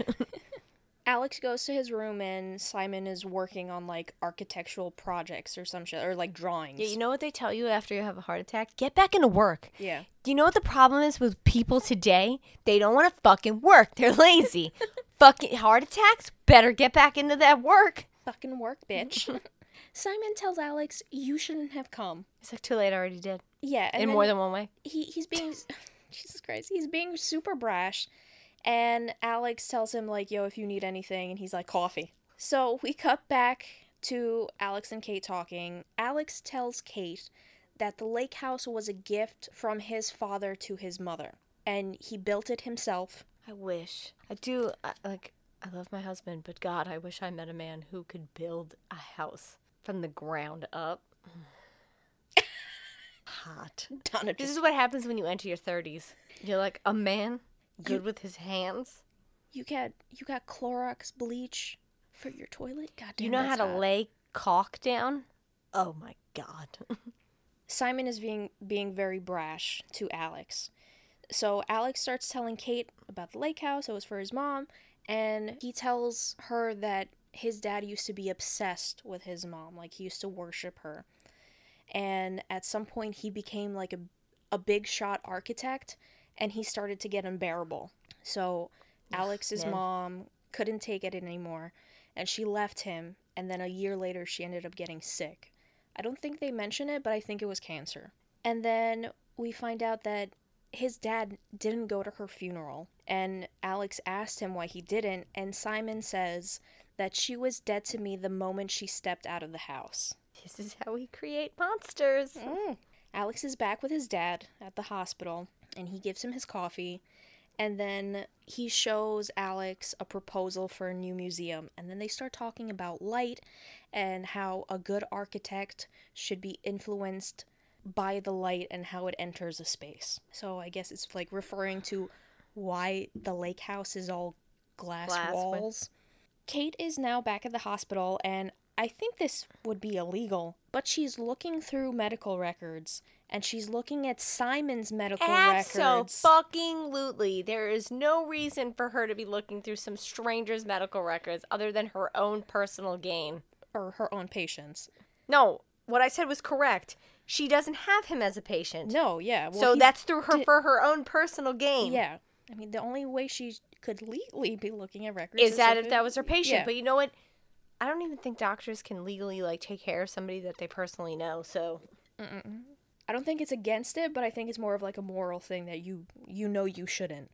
S5: Alex goes to his room and Simon is working on like architectural projects or some shit or like drawings. [LAUGHS]
S2: Yeah, you know what they tell you after you have a heart attack? Get back into work.
S5: Yeah.
S2: You know what the problem is with people today? They don't want to fucking work. [LAUGHS] They're lazy. fucking heart attacks? Better get back into that work.
S5: Fucking work, bitch. [LAUGHS] Simon tells Alex, "You shouldn't have come."
S2: It's like too late. I already did.
S5: Yeah, and
S2: In
S5: then
S2: more than one way.
S5: he he's being [LAUGHS] Jesus Christ, he's being super brash. And Alex tells him like, "Yo, if you need anything," and he's like, "Coffee." So we cut back to Alex and Kate talking. Alex tells Kate that the lake house was a gift from his father to his mother, and he built it himself.
S2: I wish. I do. I, like, I love my husband, but God, I wish I met a man who could build a house from the ground [LAUGHS] up. Hot.
S5: Donna
S2: This
S5: just-
S2: is what happens when you enter your 30s. You're like a man good with his hands.
S5: you got you got Clorox bleach for your toilet. God damn,
S2: you know how
S5: that's
S2: to
S5: hot.
S2: lay caulk down? Oh my God.
S5: Simon is being being very brash to Alex. So Alex starts telling Kate about the lake house, it was for his mom, and he tells her that his dad used to be obsessed with his mom, like he used to worship her. And at some point he became like a a big shot architect and he started to get unbearable. So Alex's mom couldn't take it anymore and she left him and then a year later she ended up getting sick. I don't think they mention it, but I think it was cancer. And then we find out that his dad didn't go to her funeral. And Alex asked him why he didn't. And Simon says that she was dead to me the moment she stepped out of the house.
S2: this is how we create monsters.
S5: Mm. Alex is back with his dad at the hospital and he gives him his coffee. And then he shows Alex a proposal for a new museum. And then they start talking about light and how a good architect should be influenced by the light and how it enters a space. So I guess it's like referring to why the lake house is all glass,
S2: Glass with-
S5: walls. Kate is now back at the hospital, and I think this would be illegal, but she's looking through medical records and she's looking at Simon's medical records.
S2: fucking lutely. There is no reason for her to be looking through some stranger's medical records other than her own personal gain.
S5: or her own patients.
S2: No, what I said was correct. She doesn't have him as a patient.
S5: No, yeah. well,
S2: so
S5: he's-
S2: that's through her
S5: di-
S2: for her own personal gain.
S5: Yeah. I mean, the only way she could legally be looking at records
S2: Is that if
S5: it-
S2: that was her patient?
S5: yeah.
S2: But you know what? I don't even think doctors can legally like take care of somebody that they personally know. So
S5: I don't think it's against it, but I think it's more of like a moral thing that you you know you shouldn't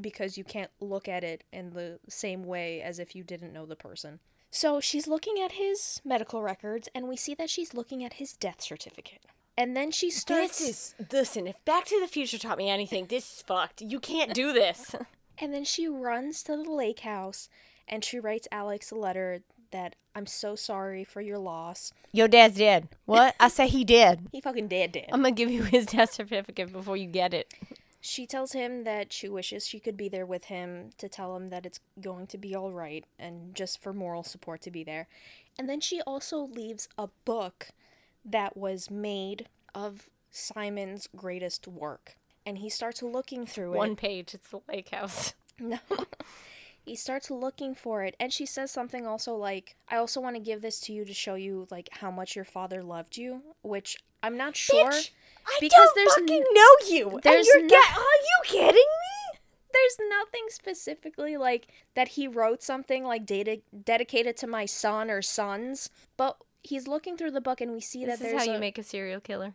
S5: because you can't look at it in the same way as if you didn't know the person. So she's looking at his medical records and we see that she's looking at his death certificate. And then she starts
S2: this is listen. If Back to the Future taught me anything, this is fucked. You can't do this.
S5: and then she runs to the lake house and she writes Alex a letter that I'm so sorry for your loss.
S2: Your dad's dead. What? I say he did.
S5: He fucking dead dead.
S2: I'm gonna give you his death certificate before you get it.
S5: She tells him that she wishes she could be there with him to tell him that it's going to be all right and just for moral support to be there. And then she also leaves a book that was made of Simon's greatest work. And he starts looking through
S2: One
S5: it.
S2: page. It's the lake house.
S5: [LAUGHS] No. he starts looking for it. And she says something also like, I also want to give this to you to show you like how much your father loved you, which I'm not sure.
S2: Bitch, I
S5: because
S2: don't
S5: there's n-
S2: fucking know you.
S5: there's
S2: There's and you're
S5: no-
S2: get- Are you kidding me?
S5: there's nothing specifically like that he wrote something like data dedicated to my son or sons but he's looking through the book and we see that
S2: This is
S5: there's
S2: how
S5: a,
S2: you make a serial killer.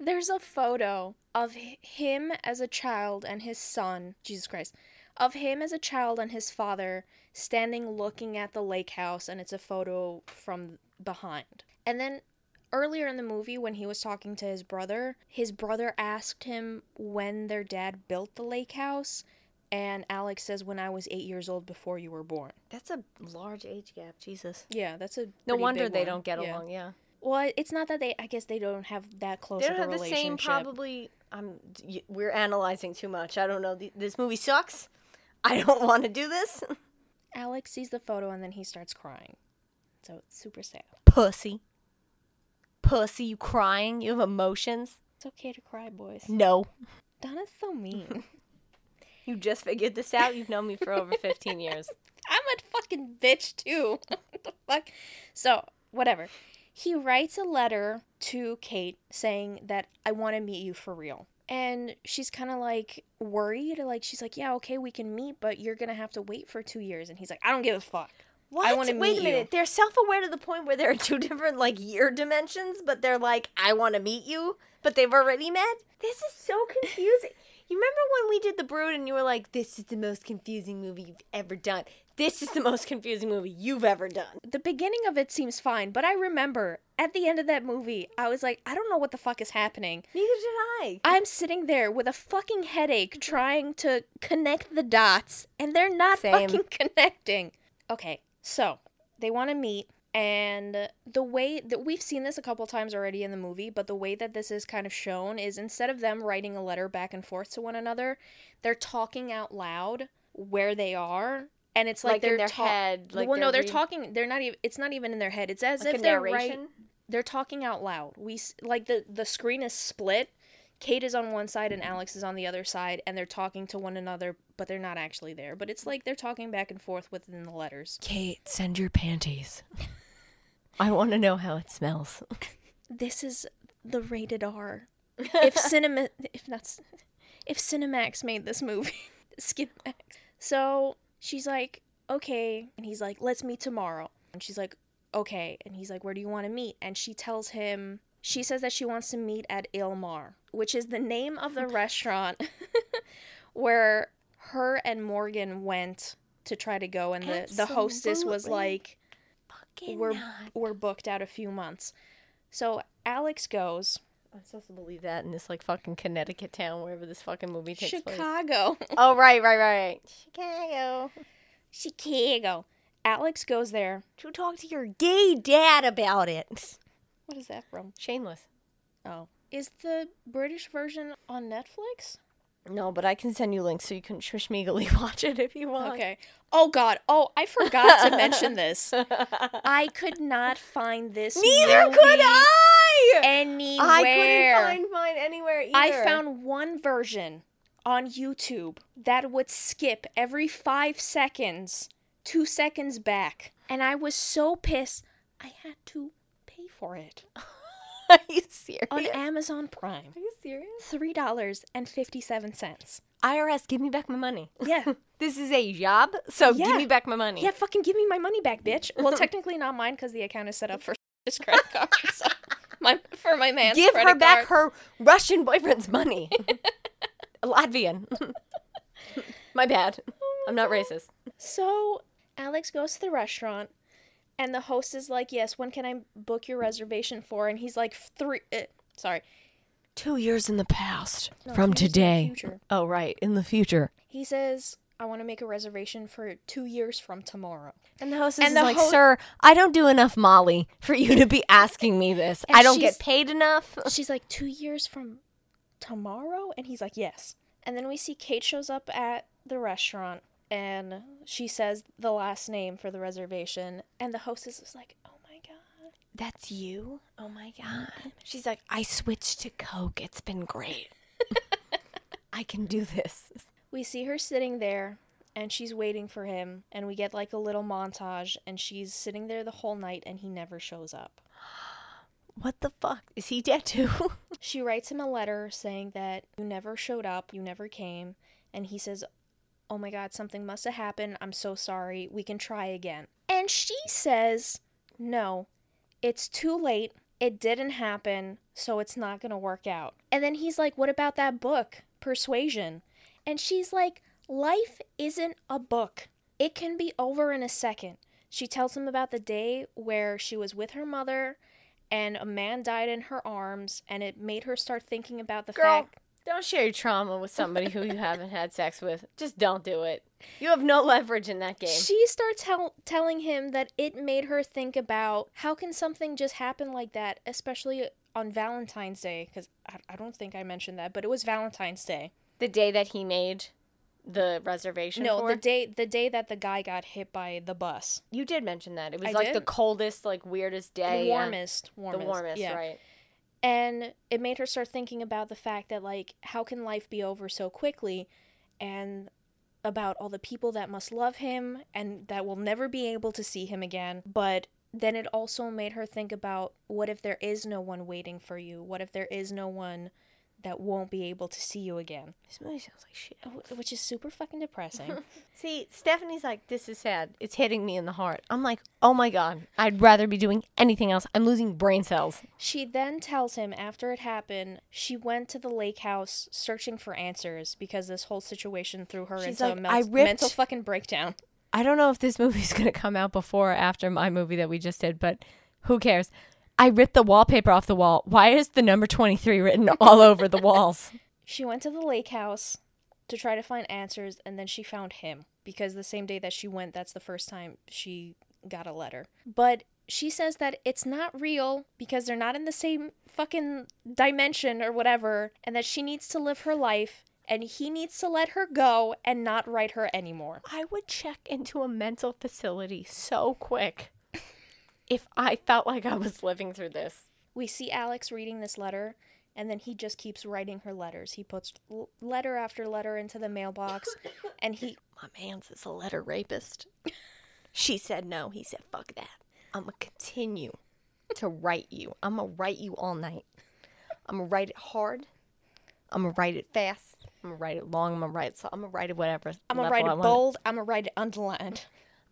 S5: there's a photo of h- him as a child and his son jesus christ of him as a child and his father standing looking at the lake house and it's a photo from behind and then earlier in the movie when he was talking to his brother his brother asked him when their dad built the lake house and alex says when i was eight years old before you were born
S2: That's a large age gap. Jesus.
S5: yeah that's a
S2: No
S5: pretty
S2: wonder
S5: big
S2: they
S5: one.
S2: don't get
S5: Yeah.
S2: along. Yeah.
S5: well it's not that they i guess they don't have that close
S2: They
S5: of
S2: don't
S5: a
S2: have the
S5: relationship
S2: same. Probably. I'm. y- We're analyzing too much. I don't know. Th- This movie sucks. I don't want to do this.
S5: Alex sees the photo and then he starts crying. So it's super sad.
S2: Pussy. Pussy. You crying? You have emotions?
S5: It's okay to cry, boys.
S2: No.
S5: Donna's so mean.
S2: You just figured this out. You've known me for over 15 years.
S5: I'm a fucking bitch too. [LAUGHS] What the fuck? So, whatever. He writes a letter to Kate saying that I want to meet you for real. And she's kind of like worried. Like, she's like, yeah, okay, we can meet, but you're going to have to wait for two years. And he's like, I don't give a fuck.
S2: What?
S5: I wanna
S2: Wait
S5: meet
S2: a minute. They're self-aware to the point where there are [LAUGHS] two different like year dimensions, but they're like, "I want to meet you," but they've already met. This is so confusing. [LAUGHS] you remember when we did The Brood and you were like, "This is the most confusing movie you've ever done. This is the most confusing movie you've ever done."
S5: The beginning of it seems fine, but I remember at the end of that movie, I was like, I don't know what the fuck is happening.
S2: Neither did I.
S5: I'm sitting there with a fucking
S2: Mm-hmm.
S5: headache trying to connect the dots, and they're not
S2: Same.
S5: fucking [LAUGHS] connecting. Okay, so they want to meet, and the way that we've seen this a couple times already in the movie, but the way that this is kind of shown is instead of them writing a letter back and forth to one another, they're talking out loud where they are. And it's like,
S2: Like in
S5: they're
S2: their
S5: ta-
S2: head, like
S5: well, no, they're
S2: they're read-
S5: talking. They're not even. It's not even in their head. It's as
S2: Like
S5: if
S2: a
S5: they're
S2: narration?
S5: right- They're talking out loud. We s- like the the screen is split, Kate is on one side and Alex is on the other side, and they're talking to one another, but they're not actually there. But it's like they're talking back and forth within the letters.
S6: Kate, send your panties. [LAUGHS] I want to know how it smells.
S5: This is the rated R. If cinema, if not, c- if Cinemax made this movie, [LAUGHS] Skinemax. So she's like, okay, and he's like, let's meet tomorrow. And she's like, okay, and he's like, where do you want to meet? And she tells him. She says that she wants to meet at Ilmar, which is the name of the restaurant [LAUGHS] where her and Morgan went to try to go, and the, the hostess was like, "We're we're booked out a few months." So Alex goes
S6: I'm supposed to believe that in this like fucking Connecticut town, wherever this fucking movie takes place.
S5: Chicago, [LAUGHS]
S2: Oh right, right, right. Chicago.
S5: Chicago. Alex goes there.
S2: To talk to your gay dad about it.
S5: What is that from?
S6: Shameless.
S5: Oh, is the British version on Netflix?
S6: No, but I can send you links so you can shmishmegally [LAUGHS] watch it if you want. [LAUGHS]
S5: Okay. Oh God. Oh, I forgot to mention this. [LAUGHS] I could not find this.
S2: Neither could
S5: movie
S2: I.
S5: Anywhere.
S2: I couldn't find mine anywhere either.
S6: [LAUGHS]
S5: I found one version on YouTube that would skip every five seconds, two seconds back. And I was so pissed, I had to pay for it
S2: Are you serious?
S6: [LAUGHS]
S5: on Amazon Prime.
S2: Are you serious?
S5: $3.57.
S6: IRS, give me back my money. [LAUGHS]
S5: Yeah.
S6: This is a job, so
S5: Yeah.
S6: give me back my money.
S5: Yeah, fucking give me my money back, bitch.
S6: [LAUGHS]
S5: Well, technically not mine because the account is set up for [LAUGHS] this credit card.
S6: [LAUGHS]
S5: So my, for my man's
S6: Give
S5: credit
S6: her back
S5: card.
S6: her Russian boyfriend's money. Latvian. [LAUGHS] my bad. I'm not racist.
S5: So Alex goes to the restaurant, and the host is like, "Yes, when can I book your reservation for?" And he's like, three. Uh, sorry,
S6: Two years in the past
S5: No,
S6: from
S5: two years in the
S6: today.
S5: future.
S6: Oh, right, in the future.
S5: he says, "I want to make a reservation for two years from tomorrow."
S6: And the hostess
S5: And
S6: is
S5: the
S6: like,
S5: ho-
S6: "Sir, I don't do enough Molly for you to be asking me this. I don't
S5: she's-
S6: get paid enough."
S5: She's like, two years from tomorrow? And he's like, yes. And then we see Kate shows up at the restaurant and she says the last name for the reservation. And the hostess is like, oh my God.
S6: That's you? Oh my god. She's like, "I switched to Coke. It's been [LAUGHS] great. I can do this."
S5: We see her sitting there and she's waiting for him. And we get like a little montage and she's sitting there the whole night and he never shows up.
S6: What the fuck? Is he dead too? [LAUGHS]
S5: She writes him a letter saying that you never showed up, you never came. And he says, Oh my god, something must have happened. I'm so sorry. We can try again. And she says, No, it's too late. It didn't happen, so it's not going to work out. And then he's like, What about that book, Persuasion? And she's like, Life isn't a book, it can be over in a second. She tells him about the day where she was with her mother and a man died in her arms, and it made her start thinking about the fact.
S6: don't share your trauma with somebody who you haven't had sex with. Just don't do it. You have no leverage in that game.
S5: She starts tell- telling him that it made her think about how can something just happen like that, especially on Valentine's Day, because I-, I don't think I mentioned that, but it was Valentine's Day.
S6: The day that he made the reservation
S5: No,
S6: for
S5: the day the day that the guy got hit by the bus,
S6: You did mention that. It was
S5: I
S6: like the
S5: did?
S6: coldest, like weirdest day.
S5: the
S6: yeah.
S5: warmest, warmest,
S6: The warmest,
S5: yeah.
S6: right.
S5: and it made her start thinking about the fact that like how can life be over so quickly and about all the people that must love him and that will never be able to see him again. But then it also made her think about what if there is no one waiting for you? What if there is no one that won't be able to see you again?
S2: This movie sounds like shit.
S5: Wh- Which is super fucking depressing.
S2: [LAUGHS] See, Stephanie's like, this is sad. It's hitting me in the heart. I'm like, oh my God, I'd rather be doing anything else. I'm losing brain cells.
S5: She then tells him after it happened, she went to the lake house searching for answers because this whole situation threw her
S2: She's
S5: into a
S2: like,
S5: mel-
S2: "I ripped-
S5: mental fucking breakdown.
S3: I don't know if this [LAUGHS] movie's going to come out before or after my movie that we just did, but who cares? I ripped the wallpaper off the wall. Why is the number 23 written [LAUGHS] all over the walls?
S5: She went to the lake house to try to find answers and then she found him because the same day that she went, that's the first time she got a letter. But she says that it's not real because they're not in the same fucking dimension or whatever and that she needs to live her life and he needs to let her go and not write her anymore.
S2: [LAUGHS] I would check into a mental facility so quick if I felt like I was living through this.
S5: we see Alex reading this letter, and then he just keeps writing her letters. He puts l- letter after letter into the mailbox, and he
S2: My man's is a letter rapist. [LAUGHS] She said no. He said, fuck that. I'm going to continue to write you. I'm going to write you all night. I'm going to write it hard. I'm going to write it fast. I'm going to write it long. I'm going to write it so I'm going to write it whatever.
S5: I'm gonna write
S2: level I
S5: it
S2: want
S5: bold. I'm gonna write it underlined.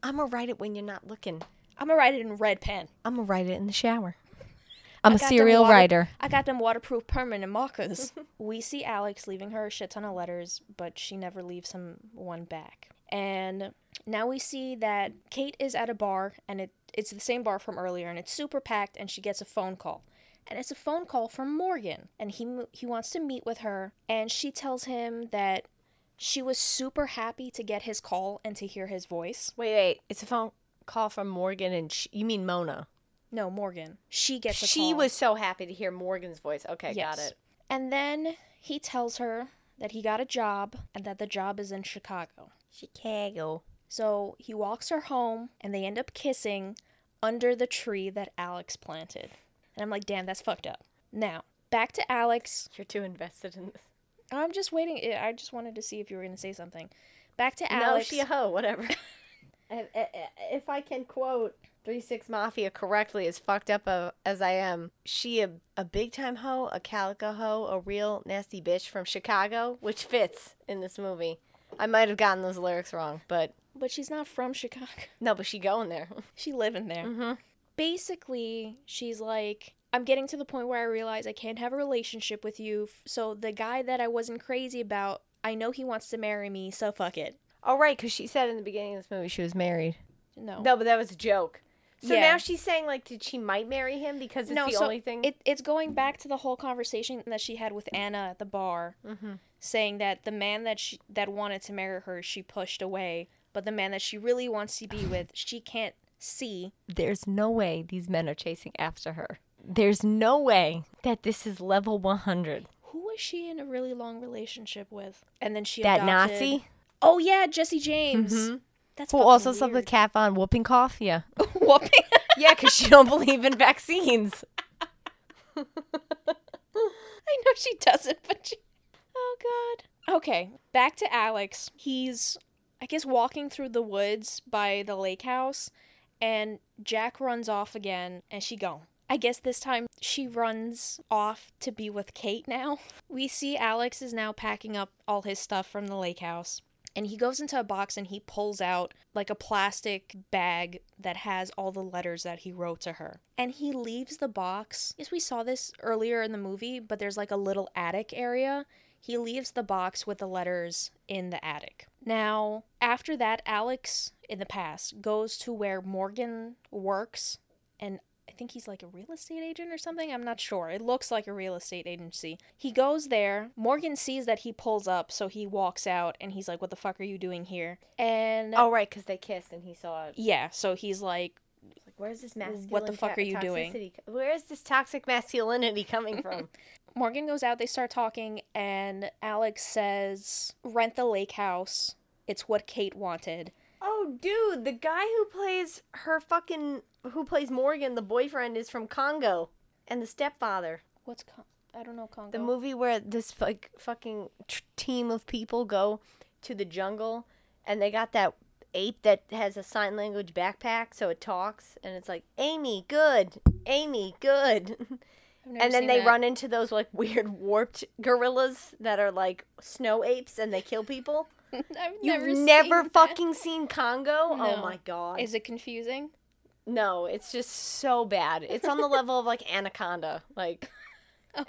S2: I'm going to write it when you're not looking.
S5: I'm gonna write it in red pen.
S3: I'm going to write it in the shower. I'm a
S5: got them
S3: serial
S5: water-
S3: writer.
S5: I got them waterproof
S3: [LAUGHS]
S5: permanent markers. [LAUGHS] we see Alex leaving her a shit ton of letters, but she never leaves him one back. And now we see that Kate is at a bar, and it, it's the same bar from earlier, and it's super packed, and she gets a phone call. And it's a phone call from Morgan, and he, mo- he wants to meet with her, and she tells him that she was super happy to get his call and to hear his voice.
S2: Wait, wait. It's a phone call from Morgan and sh you mean Mona.
S5: No, Morgan. She gets a call.
S2: She was so happy to hear Morgan's voice. Okay, got
S5: Yes.
S2: it.
S5: And then he tells her that he got a job and that the job is in Chicago.
S2: Chicago.
S5: So he walks her home and they end up kissing under the tree that Alex planted. And I'm like, damn, that's fucked up. Now, back to Alex.
S2: You're too invested in this.
S5: I'm just waiting. I- I just wanted to see if you were going to say something. Back to
S2: No,
S5: Alex.
S2: she a hoe, whatever. [LAUGHS] if, if I can quote Three Six Mafia correctly, as fucked up a- as I am, she a, a big time hoe, a calico hoe, a real nasty bitch from Chicago, which fits in this movie. I might have gotten those lyrics wrong, but
S5: but she's not from Chicago.
S2: no, but she going there. [LAUGHS]
S5: She living there.
S2: Mm-hmm.
S5: Basically, she's like, I'm getting to the point where I realize I can't have a relationship with you. f- So the guy that I wasn't crazy about, I know he wants to marry me, so fuck it.
S2: Oh, right, because she said in the beginning of this movie she was married.
S5: No.
S2: No, but that was a joke. So
S5: Yeah.
S2: now she's saying like, did she might marry him because it's the only thing.
S5: It, it's going back to the whole conversation that she had with Anna at the bar,
S2: Mm-hmm.
S5: saying that the man that she that wanted to marry her, she pushed away, but the man that she really wants to be
S2: [SIGHS]
S5: with, she can't see.
S3: There's no way these men are chasing after her. There's no way that this is level 100.
S5: Who was she in a really long relationship with? And then she
S3: That
S5: adopted-
S3: Nazi
S5: Oh yeah, Jesse James.
S2: Mm-hmm.
S5: That's
S3: who
S5: fucking
S3: also slept with
S5: weird.
S3: Kat Von Whooping Cough. Yeah. [LAUGHS]
S5: whooping. [LAUGHS]
S3: Yeah, because she don't believe in
S2: [LAUGHS]
S3: vaccines.
S5: I know she doesn't, but she. Oh God. Okay, back to Alex. He's, I guess, walking through the woods by the lake house, and Jack runs off again, and she gone. I guess this time she runs off to be with Kate now. [LAUGHS] We see Alex is now packing up all his stuff from the lake house. And he goes into a box and he pulls out like a plastic bag that has all the letters that he wrote to her. And he leaves the box. Yes, we saw this earlier in the movie, but there's like a little attic area. He leaves the box with the letters in the attic. Now, after that, Alex in the past goes to where Morgan works and I think he's like a real estate agent or something. I'm not sure. It looks like a real estate agency. He goes there. Morgan sees that he pulls up, so he walks out and he's like, What the fuck are you doing here? And
S2: oh, right, because they kissed and he saw it.
S5: yeah, so he's like,
S2: Like, where's this masculine?
S5: What the fuck
S2: to-
S5: are you doing?
S2: toxicity- Where is this toxic masculinity coming from?
S5: Morgan goes out, they start talking, and Alex says, Rent the lake house. It's what Kate wanted.
S2: [LAUGHS] oh, dude, the guy who plays her fucking who plays Morgan, the boyfriend, is from Congo and the stepfather.
S5: What's con- I don't know Congo.
S2: The movie where this like fucking tr- team of people go to the jungle and they got that ape that has a sign language backpack, so it talks, and it's like Amy, good, Amy, good. [LAUGHS] and then they run into those like weird warped gorillas that are like snow apes and they kill people.
S5: [LAUGHS] I've
S2: You've
S5: never,
S2: never,
S5: seen
S2: fucking seen Congo? Oh
S5: No.
S2: my god.
S5: That. Is it confusing?
S2: no, it's just so bad. It's on the level of like Anaconda. Like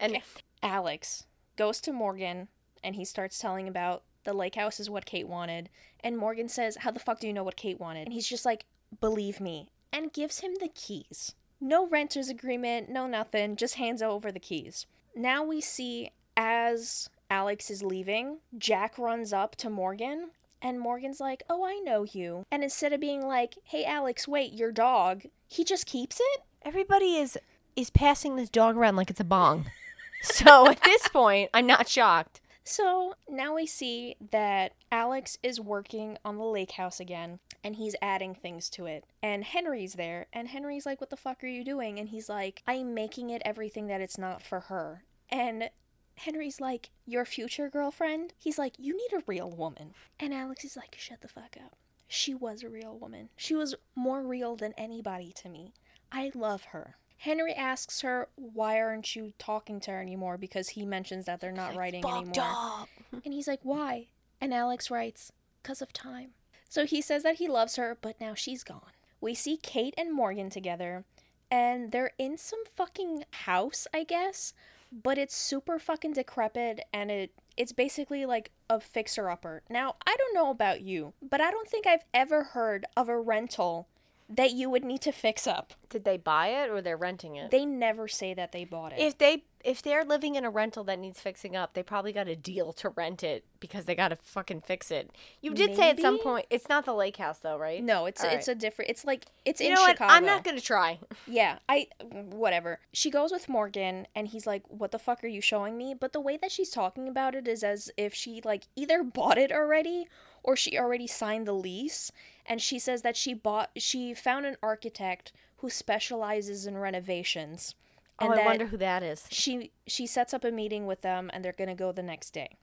S2: and
S5: Alex goes to Morgan and he starts telling about the lake house is what Kate wanted. And Morgan says, How the fuck do you know what Kate wanted? And he's just like, Believe me. And gives him the keys. No renter's agreement, no nothing, just hands over the keys. Now we see as Alex is leaving, Jack runs up to Morgan and Morgan's like, Oh, I know you. And instead of being like, Hey, Alex, wait, your dog, he just keeps it?
S2: everybody is is passing this dog around like it's a bong.
S5: [LAUGHS]
S2: so at this point, I'm not shocked.
S5: So now we see that Alex is working on the lake house again and he's adding things to it. And Henry's there and Henry's like, What the fuck are you doing? And he's like, I'm making it everything that it's not for her. And Henry's like, Your future girlfriend? He's like, You need a real woman. And Alex is like, Shut the fuck up. She was a real woman. She was more real than anybody to me. I love her. Henry asks her, Why aren't you talking to her anymore? Because he mentions that they're not writing anymore. And he's like, Why? And Alex writes, Because of time. So he says that he loves her, but now she's gone. We see Kate and Morgan together, and they're in some fucking house, I guess, but it's super fucking decrepit and it. It's basically like a fixer upper. Now, I don't know about you, but I don't think I've ever heard of a rental that you would need to fix up.
S2: Did they buy it or they're renting it?
S5: They never say that they bought it.
S2: if they if they're living in a rental that needs fixing up, they probably got a deal to rent it because they got to fucking fix it. You did say at some
S5: Maybe?
S2: point it's not the lake house though, right?
S5: no, it's
S2: All
S5: it's a different. It's like it's
S2: You
S5: in
S2: know what?
S5: Chicago.
S2: I'm not gonna try.
S5: Yeah, I whatever. She goes with Morgan and he's like, "What the fuck are you showing me?" But the way that she's talking about it is as if she like either [LAUGHS] bought it already or she already signed the lease and she says that she bought she found an architect who specializes in renovations and
S2: oh,
S5: that
S2: I wonder who that is.
S5: she she sets up a meeting with them and they're going to go the next day.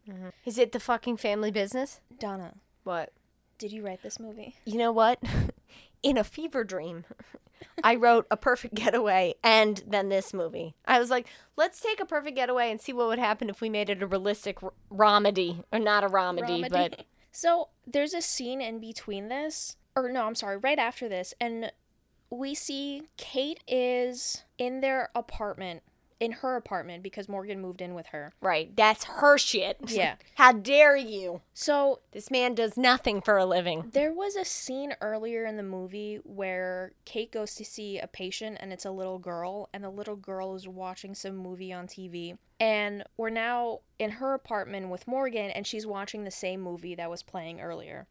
S2: Is it the fucking family business?
S5: Donna,
S2: What?
S5: did you write this movie?
S2: You know what? [LAUGHS] In a fever dream, [LAUGHS] I wrote A Perfect Getaway and then this movie. I was like, let's take A Perfect Getaway and see what would happen if we made it a realistic r- romedy. Or not a romedy, but [LAUGHS]
S5: [LAUGHS] So there's a scene in between this, or no, I'm sorry, right after this, and we see Kate is in their apartment, in her apartment, because Morgan moved in with her.
S2: right. That's her shit. [LAUGHS]
S5: Yeah.
S2: How dare you?
S5: So
S2: This man does nothing for a living.
S5: there was a scene earlier in the movie where Kate goes to see a patient and it's a little girl, and the little girl is watching some movie on TV. And we're now in her apartment with Morgan, and she's watching the same movie that was playing earlier.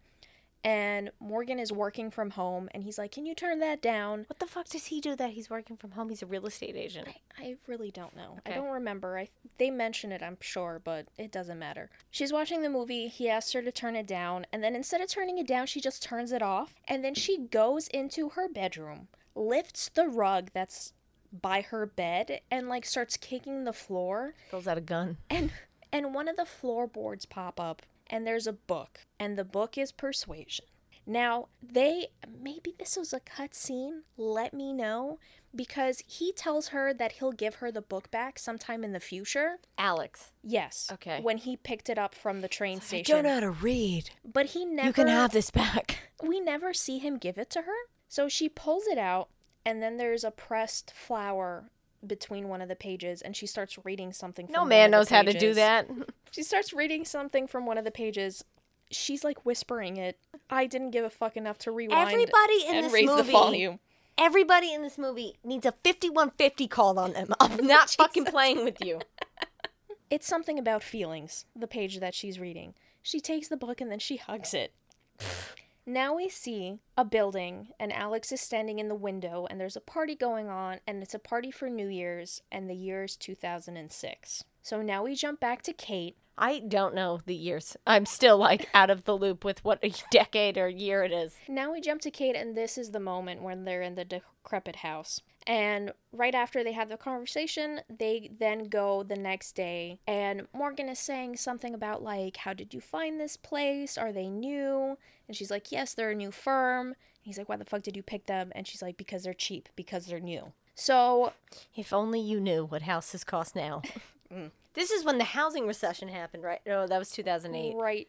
S5: And Morgan is working from home, and he's like, Can you turn that down?
S2: What the fuck does he do that he's working from home? He's a real estate agent.
S5: I really don't know. I
S2: Okay.
S5: don't remember. I they mention it, I'm sure, but it doesn't matter. She's watching the movie. He asks her to turn it down, and then instead of turning it down, she just turns it off, and then she goes into her bedroom, lifts the rug that's by her bed, and like starts kicking the floor,
S2: Pulls out a gun.
S5: and and one of the floorboards pop up, and there's a book, and the book is Persuasion. Now, they maybe this was a cutscene, let me know, because he tells her that he'll give her the book back sometime in the future.
S2: Alex.
S5: Yes.
S2: Okay.
S5: When he picked it up from the train station.
S6: to read.
S5: But he never
S6: this back.
S5: we never see him give it to her. So she pulls it out, and then there's a pressed flower between one of the pages, and she starts reading something. From
S2: No
S5: one
S2: man
S5: of the
S2: knows how to do
S5: pages.
S2: that.
S5: She starts reading something from one of the pages. She's like whispering it. I didn't give a fuck enough to rewind
S2: Everybody in
S5: and
S2: this
S5: raise the
S2: movie-
S5: volume.
S2: Everybody in this movie needs a 5150 called on them. [LAUGHS] Oh, I'm not fucking playing with you.
S5: It's something about feelings, the page that she's reading. She takes the book and then she hugs it. [LAUGHS] now we see a building, and Alex is standing in the window, and there's a party going on, and it's a party for New Year's, and the year is 2006. So now we jump back to Kate.
S2: [LAUGHS] I don't know the years. I'm still like out of the loop with what a decade or year it is.
S5: Now we jump to Kate, and this is the moment when they're in the decrepit house. And right after they have the conversation, they then go the next day. And Morgan is saying something about, like, how did you find this place? Are they new? And she's like, yes, they're a new firm. And he's like, why the fuck did you pick them? And she's like, because they're cheap, because they're new. So,
S2: If only you knew what houses cost now. [LAUGHS] This is when the housing recession happened, right? No, that was 2008.
S5: right.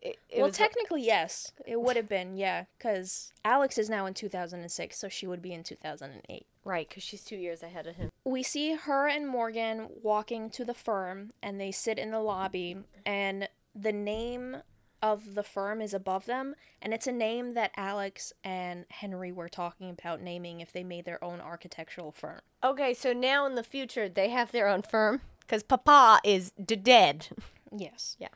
S2: It, it
S5: Well,
S2: was-
S5: technically, yes. It would have been, yeah. Because Alex is now in 2006, so she would be in 2008.
S2: right, because she's two years ahead of him.
S5: we see her and Morgan walking to the firm and they sit in the lobby and the name of the firm is above them and it's a name that Alex and Henry were talking about naming if they made their own architectural firm.
S2: Okay, so now in the future, they have their own firm because Papa is d- dead.
S5: Yes.
S2: Yeah.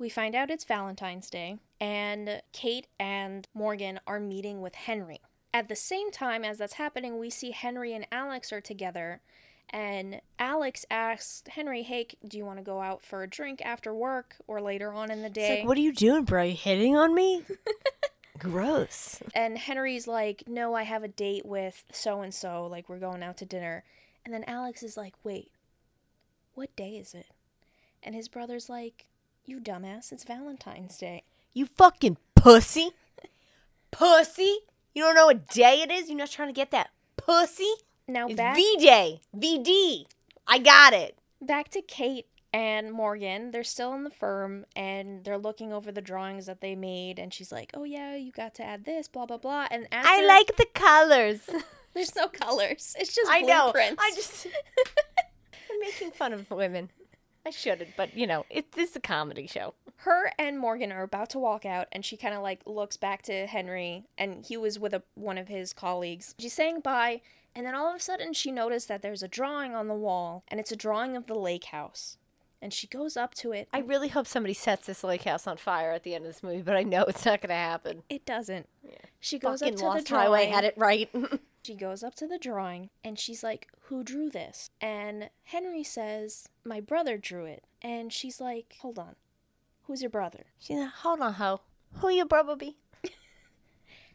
S5: We find out it's Valentine's Day and Kate and Morgan are meeting with Henry. At the same time as that's happening, we see Henry and Alex are together and Alex asks Henry, "Hey, do you want to go out for a drink after work or later on in the
S6: It's
S5: day?"
S6: like, what are you doing, bro? You hitting on
S2: [LAUGHS]
S6: me? Gross.
S5: and Henry's like, "No, I have a date with so and so, like we're going out to dinner." And then Alex is like, "Wait. What day is it?" And his brother's like, "You dumbass, it's Valentine's Day."
S2: You fucking pussy. Pussy. You don't know what day it is? You're not trying to get that pussy?
S5: Now
S2: It's
S5: back
S2: V Day. VD. I got it.
S5: back to Kate and Morgan. They're still in the firm and they're looking over the drawings that they made. And she's like, "Oh yeah, you got to add this, blah blah blah." And after,
S2: I like the
S5: [LAUGHS]
S2: colors.
S5: there's no colors. It's just
S2: I know.
S5: blueprints.
S2: I just. [LAUGHS] I'm making fun of women. I shouldn't, but you know, it, this is a comedy show.
S5: her and Morgan are about to walk out, and she kind of like looks back to Henry, and he was with a, one of his colleagues. She's saying bye, and then all of a sudden she noticed that there's a drawing on the wall, and it's a drawing of the lake house. And she goes up to it.
S2: I really hope somebody sets this lake house on fire at the end of this movie, but I know it's not going to happen.
S5: it doesn't. She goes
S2: Fucking
S5: up to
S2: Lost
S5: the drawing.
S2: Highway had it right.
S5: [LAUGHS] She goes up to the drawing and she's like, Who drew this? And Henry says, My brother drew it. And she's like, Hold on, who's your brother?
S2: She's like, hold on, ho. Who you brother be?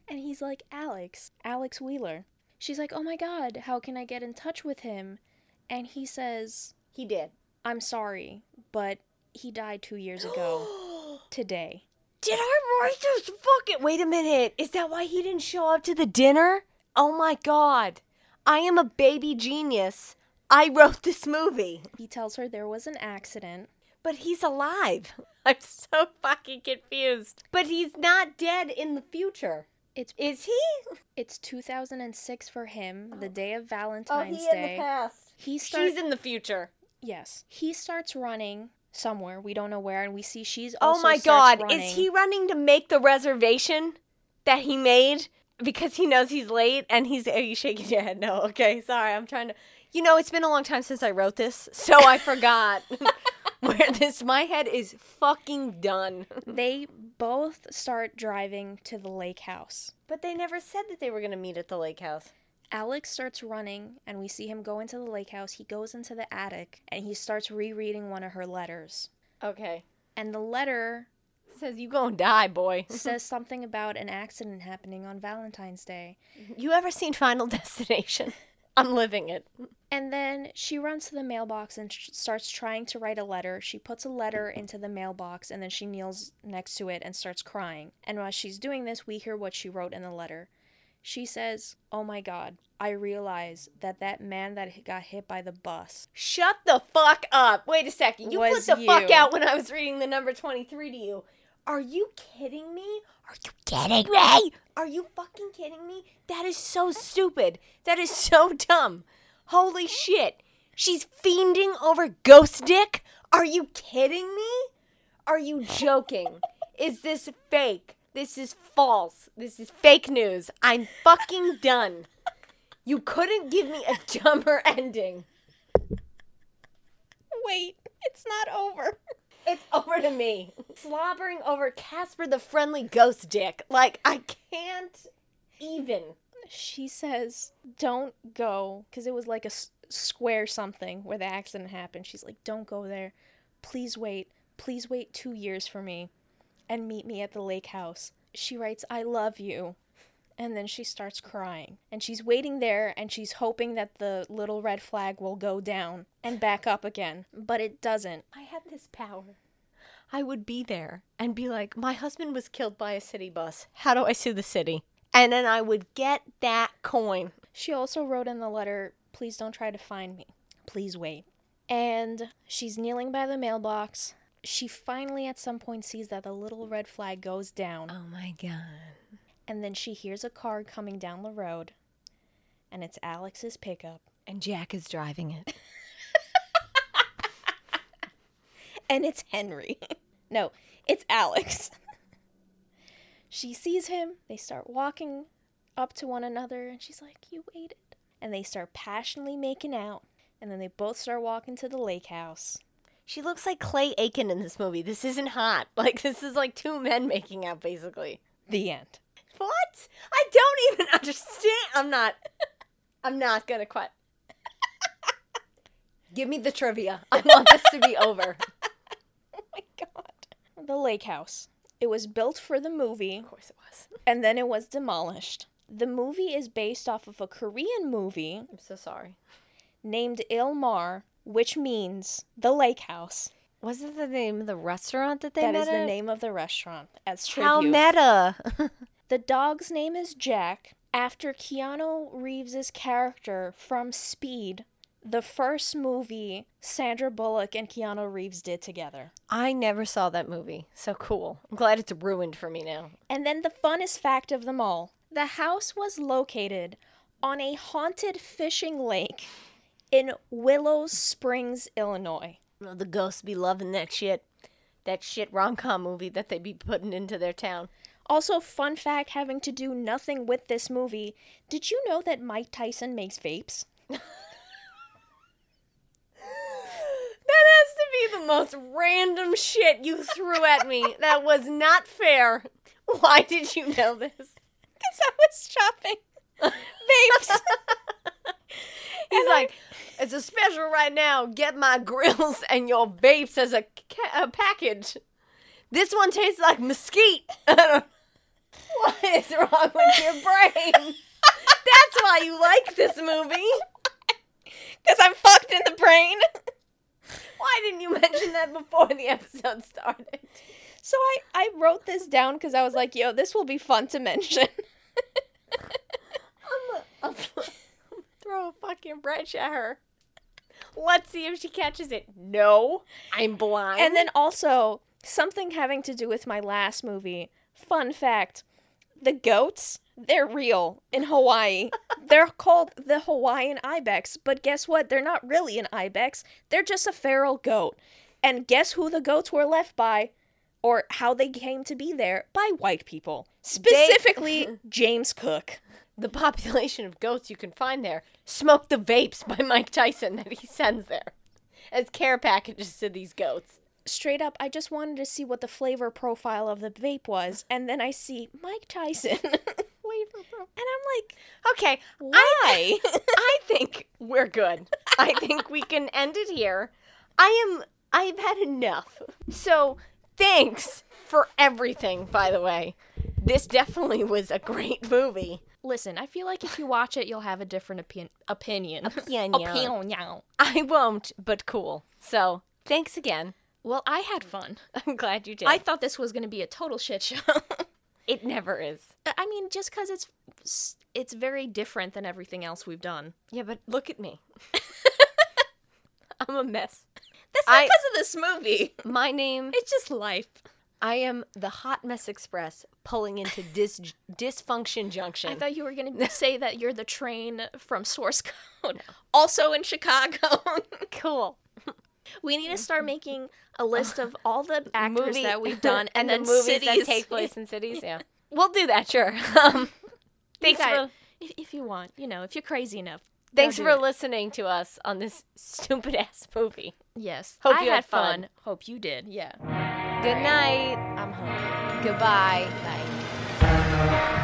S5: And he's like, Alex, Alex Wheeler. She's like, Oh my god, how can I get in touch with him? And he says,
S2: He did.
S5: I'm sorry, but he died two
S2: [GASPS]
S5: years ago today.
S2: Did our Roy just fucking wait a minute? Is that why he didn't show up to the dinner? Oh my god. I am a baby genius. I wrote this movie.
S5: He tells her there was an accident.
S2: But he's alive. [LAUGHS] I'm so fucking confused. But he's not dead in the future.
S5: It's
S2: Is he?
S5: it's 2006 for him, the day of
S2: Oh,
S5: Valentine's
S2: he in the
S5: Day.
S2: past.
S5: he starts
S2: She's in the future.
S5: Yes. He starts running somewhere. We don't know where, and we see she's also
S2: Oh my
S5: starts
S2: god,
S5: running.
S2: is he running to make the reservation that he made because he knows he's late and he's are you shaking your head? No, okay, sorry, I'm trying to you know, it's been a long time since I wrote this, so [LAUGHS] I forgot where this my head is fucking done.
S5: They both start driving to the lake house.
S2: But they never said that they were gonna meet at the lake house.
S5: Alex starts running, and we see him go into the lake house. He goes into the attic, and he starts rereading one of her letters.
S2: Okay.
S5: And the letter
S2: Says you gonna die, boy.
S5: says something about an accident happening on Valentine's Day.
S2: You ever seen Final [LAUGHS] Destination? I'm living it.
S5: And then she runs to the mailbox and sh- starts trying to write a letter. She puts a letter into the mailbox and then she kneels next to it and starts crying. And while she's doing this, we hear what she wrote in the letter. She says, Oh my god, I realize that that man that h- got hit by the bus.
S2: Shut the fuck up. Wait a second. You
S5: Was
S2: put the fuck
S5: you.
S2: out when I was reading the number 23 to you. Are you kidding me? Are you kidding me? Are you fucking kidding me? That is so stupid. That is so dumb. Holy shit. She's fiending over ghost dick? Are you kidding me? Are you joking? is this fake? This is false. This is fake news. I'm fucking done. You couldn't give me a [LAUGHS] dumber ending.
S5: Wait, it's not over.
S2: It's [LAUGHS] over to me. Slobbering over Casper the Friendly Ghost Dick. Like, I can't even.
S5: She says, Don't go, because it was like a s- square something where the accident happened. She's like, Don't go there. Please wait. Please wait two years for me and meet me at the lake house. She writes, I love you. And then she starts crying. And she's waiting there and she's hoping that the little red flag will go down and back up again. But it doesn't.
S2: I had this power. I would be there and be like, my husband was killed by a city bus. How do I sue the city? And then I would get that coin.
S5: She also wrote in the letter, Please don't try to find me. Please wait. And she's kneeling by the mailbox. She finally, at some point, sees that the little red flag goes down.
S7: Oh my god.
S5: And then she hears a car coming down the road. And it's Alex's pickup.
S7: And Jack is driving it.
S5: and it's Henry. [LAUGHS] no, it's Alex. [LAUGHS] she sees him. They start walking up to one another, and she's like, You waited. And they start passionately making out. And then they both start walking to the lake house.
S2: [LAUGHS] She looks like Clay Aiken in this movie. This isn't hot. Like, this is like two men making out, basically.
S5: The end.
S2: What? I don't even [LAUGHS] understand. I'm not. I'm not gonna quit. [LAUGHS] Give me the trivia. I want this to be [LAUGHS] over. Of
S5: Oh my god. The lake house. It was built for the movie,
S2: course it was.
S5: and then it was demolished. The movie is based off of a Korean movie
S2: I'm so sorry.
S5: named Ilmar, which means the lake house.
S2: Wasn't the name of the restaurant that they
S5: That
S2: met
S5: is the
S2: at?
S5: name of the restaurant as tribute.
S2: How [LAUGHS] meta.
S5: the dog's name is Jack after Keanu Reeves' character from Speed, the first movie Sandra Bullock and Keanu Reeves did together.
S2: I never saw that movie. So cool. I'm glad it's ruined for me now.
S5: And then the funnest fact of them all the house was located on a haunted fishing lake in Willow Springs, Illinois.
S2: Oh, the ghosts be loving that shit. That shit rom com movie that they be putting into their town.
S5: Also, fun fact having to do nothing with this movie did you know that Mike Tyson makes vapes? [LAUGHS]
S2: That has to be the most random shit you threw at me. That was not fair. Why did you know this?
S5: Because I was shopping vapes.
S2: [LAUGHS] He's like, it's a special right now. Get my grills and your vapes as a, ca- a package. This one tastes like mesquite. [LAUGHS] what is wrong with your brain? That's why you like this movie.
S5: Because I'm fucked in the brain. [LAUGHS]
S2: Why didn't you mention that before the episode started?
S5: So I, I wrote this down because I was like, yo, this will be fun to mention. [LAUGHS]
S2: I'm a, I'm a, throw a fucking branch at her. Let's see if she catches it. No, I'm blind.
S5: And then also, something having to do with my last movie. Fun fact the goats, they're real in Hawaii. they're called the Hawaiian ibex, but guess what? They're not really an ibex, they're just a feral goat. And guess who the goats were left by? Or how they came to be there by white people. Specifically, James Cook.
S2: the population of goats you can find there smoke the vapes by Mike Tyson that he sends there as care packages to these goats.
S5: Straight up, I just wanted to see what the flavor profile of the vape was, and then I see Mike Tyson. [LAUGHS] and I'm like,
S2: Okay, [LAUGHS] why? I, I think we're good. I think we can end it here. I am. I've had enough. So thanks for everything. By the way, this definitely was a great movie.
S5: [LAUGHS] Listen, I feel like if you watch it, you'll have a different opin- opinion.
S2: Opinion.
S5: Opinion.
S2: [LAUGHS] I won't, but cool. So thanks again. [LAUGHS]
S5: Well, I had [LAUGHS] fun.
S2: I'm glad you did.
S5: I thought this was going to be a total shit show. [LAUGHS]
S2: it never is.
S5: I mean, just because it's it's very different than everything else we've done.
S2: Yeah, but look at [LAUGHS] me. I'm a mess.
S5: That's not
S2: I-
S5: because of this movie.
S2: My name,
S5: [LAUGHS] It's just life.
S2: I am the Hot Mess Express pulling into dis- Dysfunction Junction.
S5: I thought you were going [LAUGHS] to say that you're the train from Source Code, also in Chicago.
S2: [LAUGHS] cool.
S5: we need to [LAUGHS] start making a list of all the actors
S2: Movie-
S5: that [LAUGHS]
S2: [LAUGHS]
S5: we've done and, then
S2: the movies
S5: cities.
S2: that take place in cities. [LAUGHS] Yeah, we'll do that. [LAUGHS] Sure. Um,
S5: You
S2: thanks
S5: guys-
S2: for
S5: if, if you want, you know, if you're crazy enough.
S2: thanks
S5: do
S2: for
S5: it.
S2: listening to us on this [LAUGHS] stupid ass movie.
S5: Yes.
S2: Hope
S5: I
S2: you
S5: had,
S2: had
S5: fun.
S2: fun.
S5: Hope you did. Yeah.
S2: Good night.
S5: I'm home.
S2: Goodbye. Bye.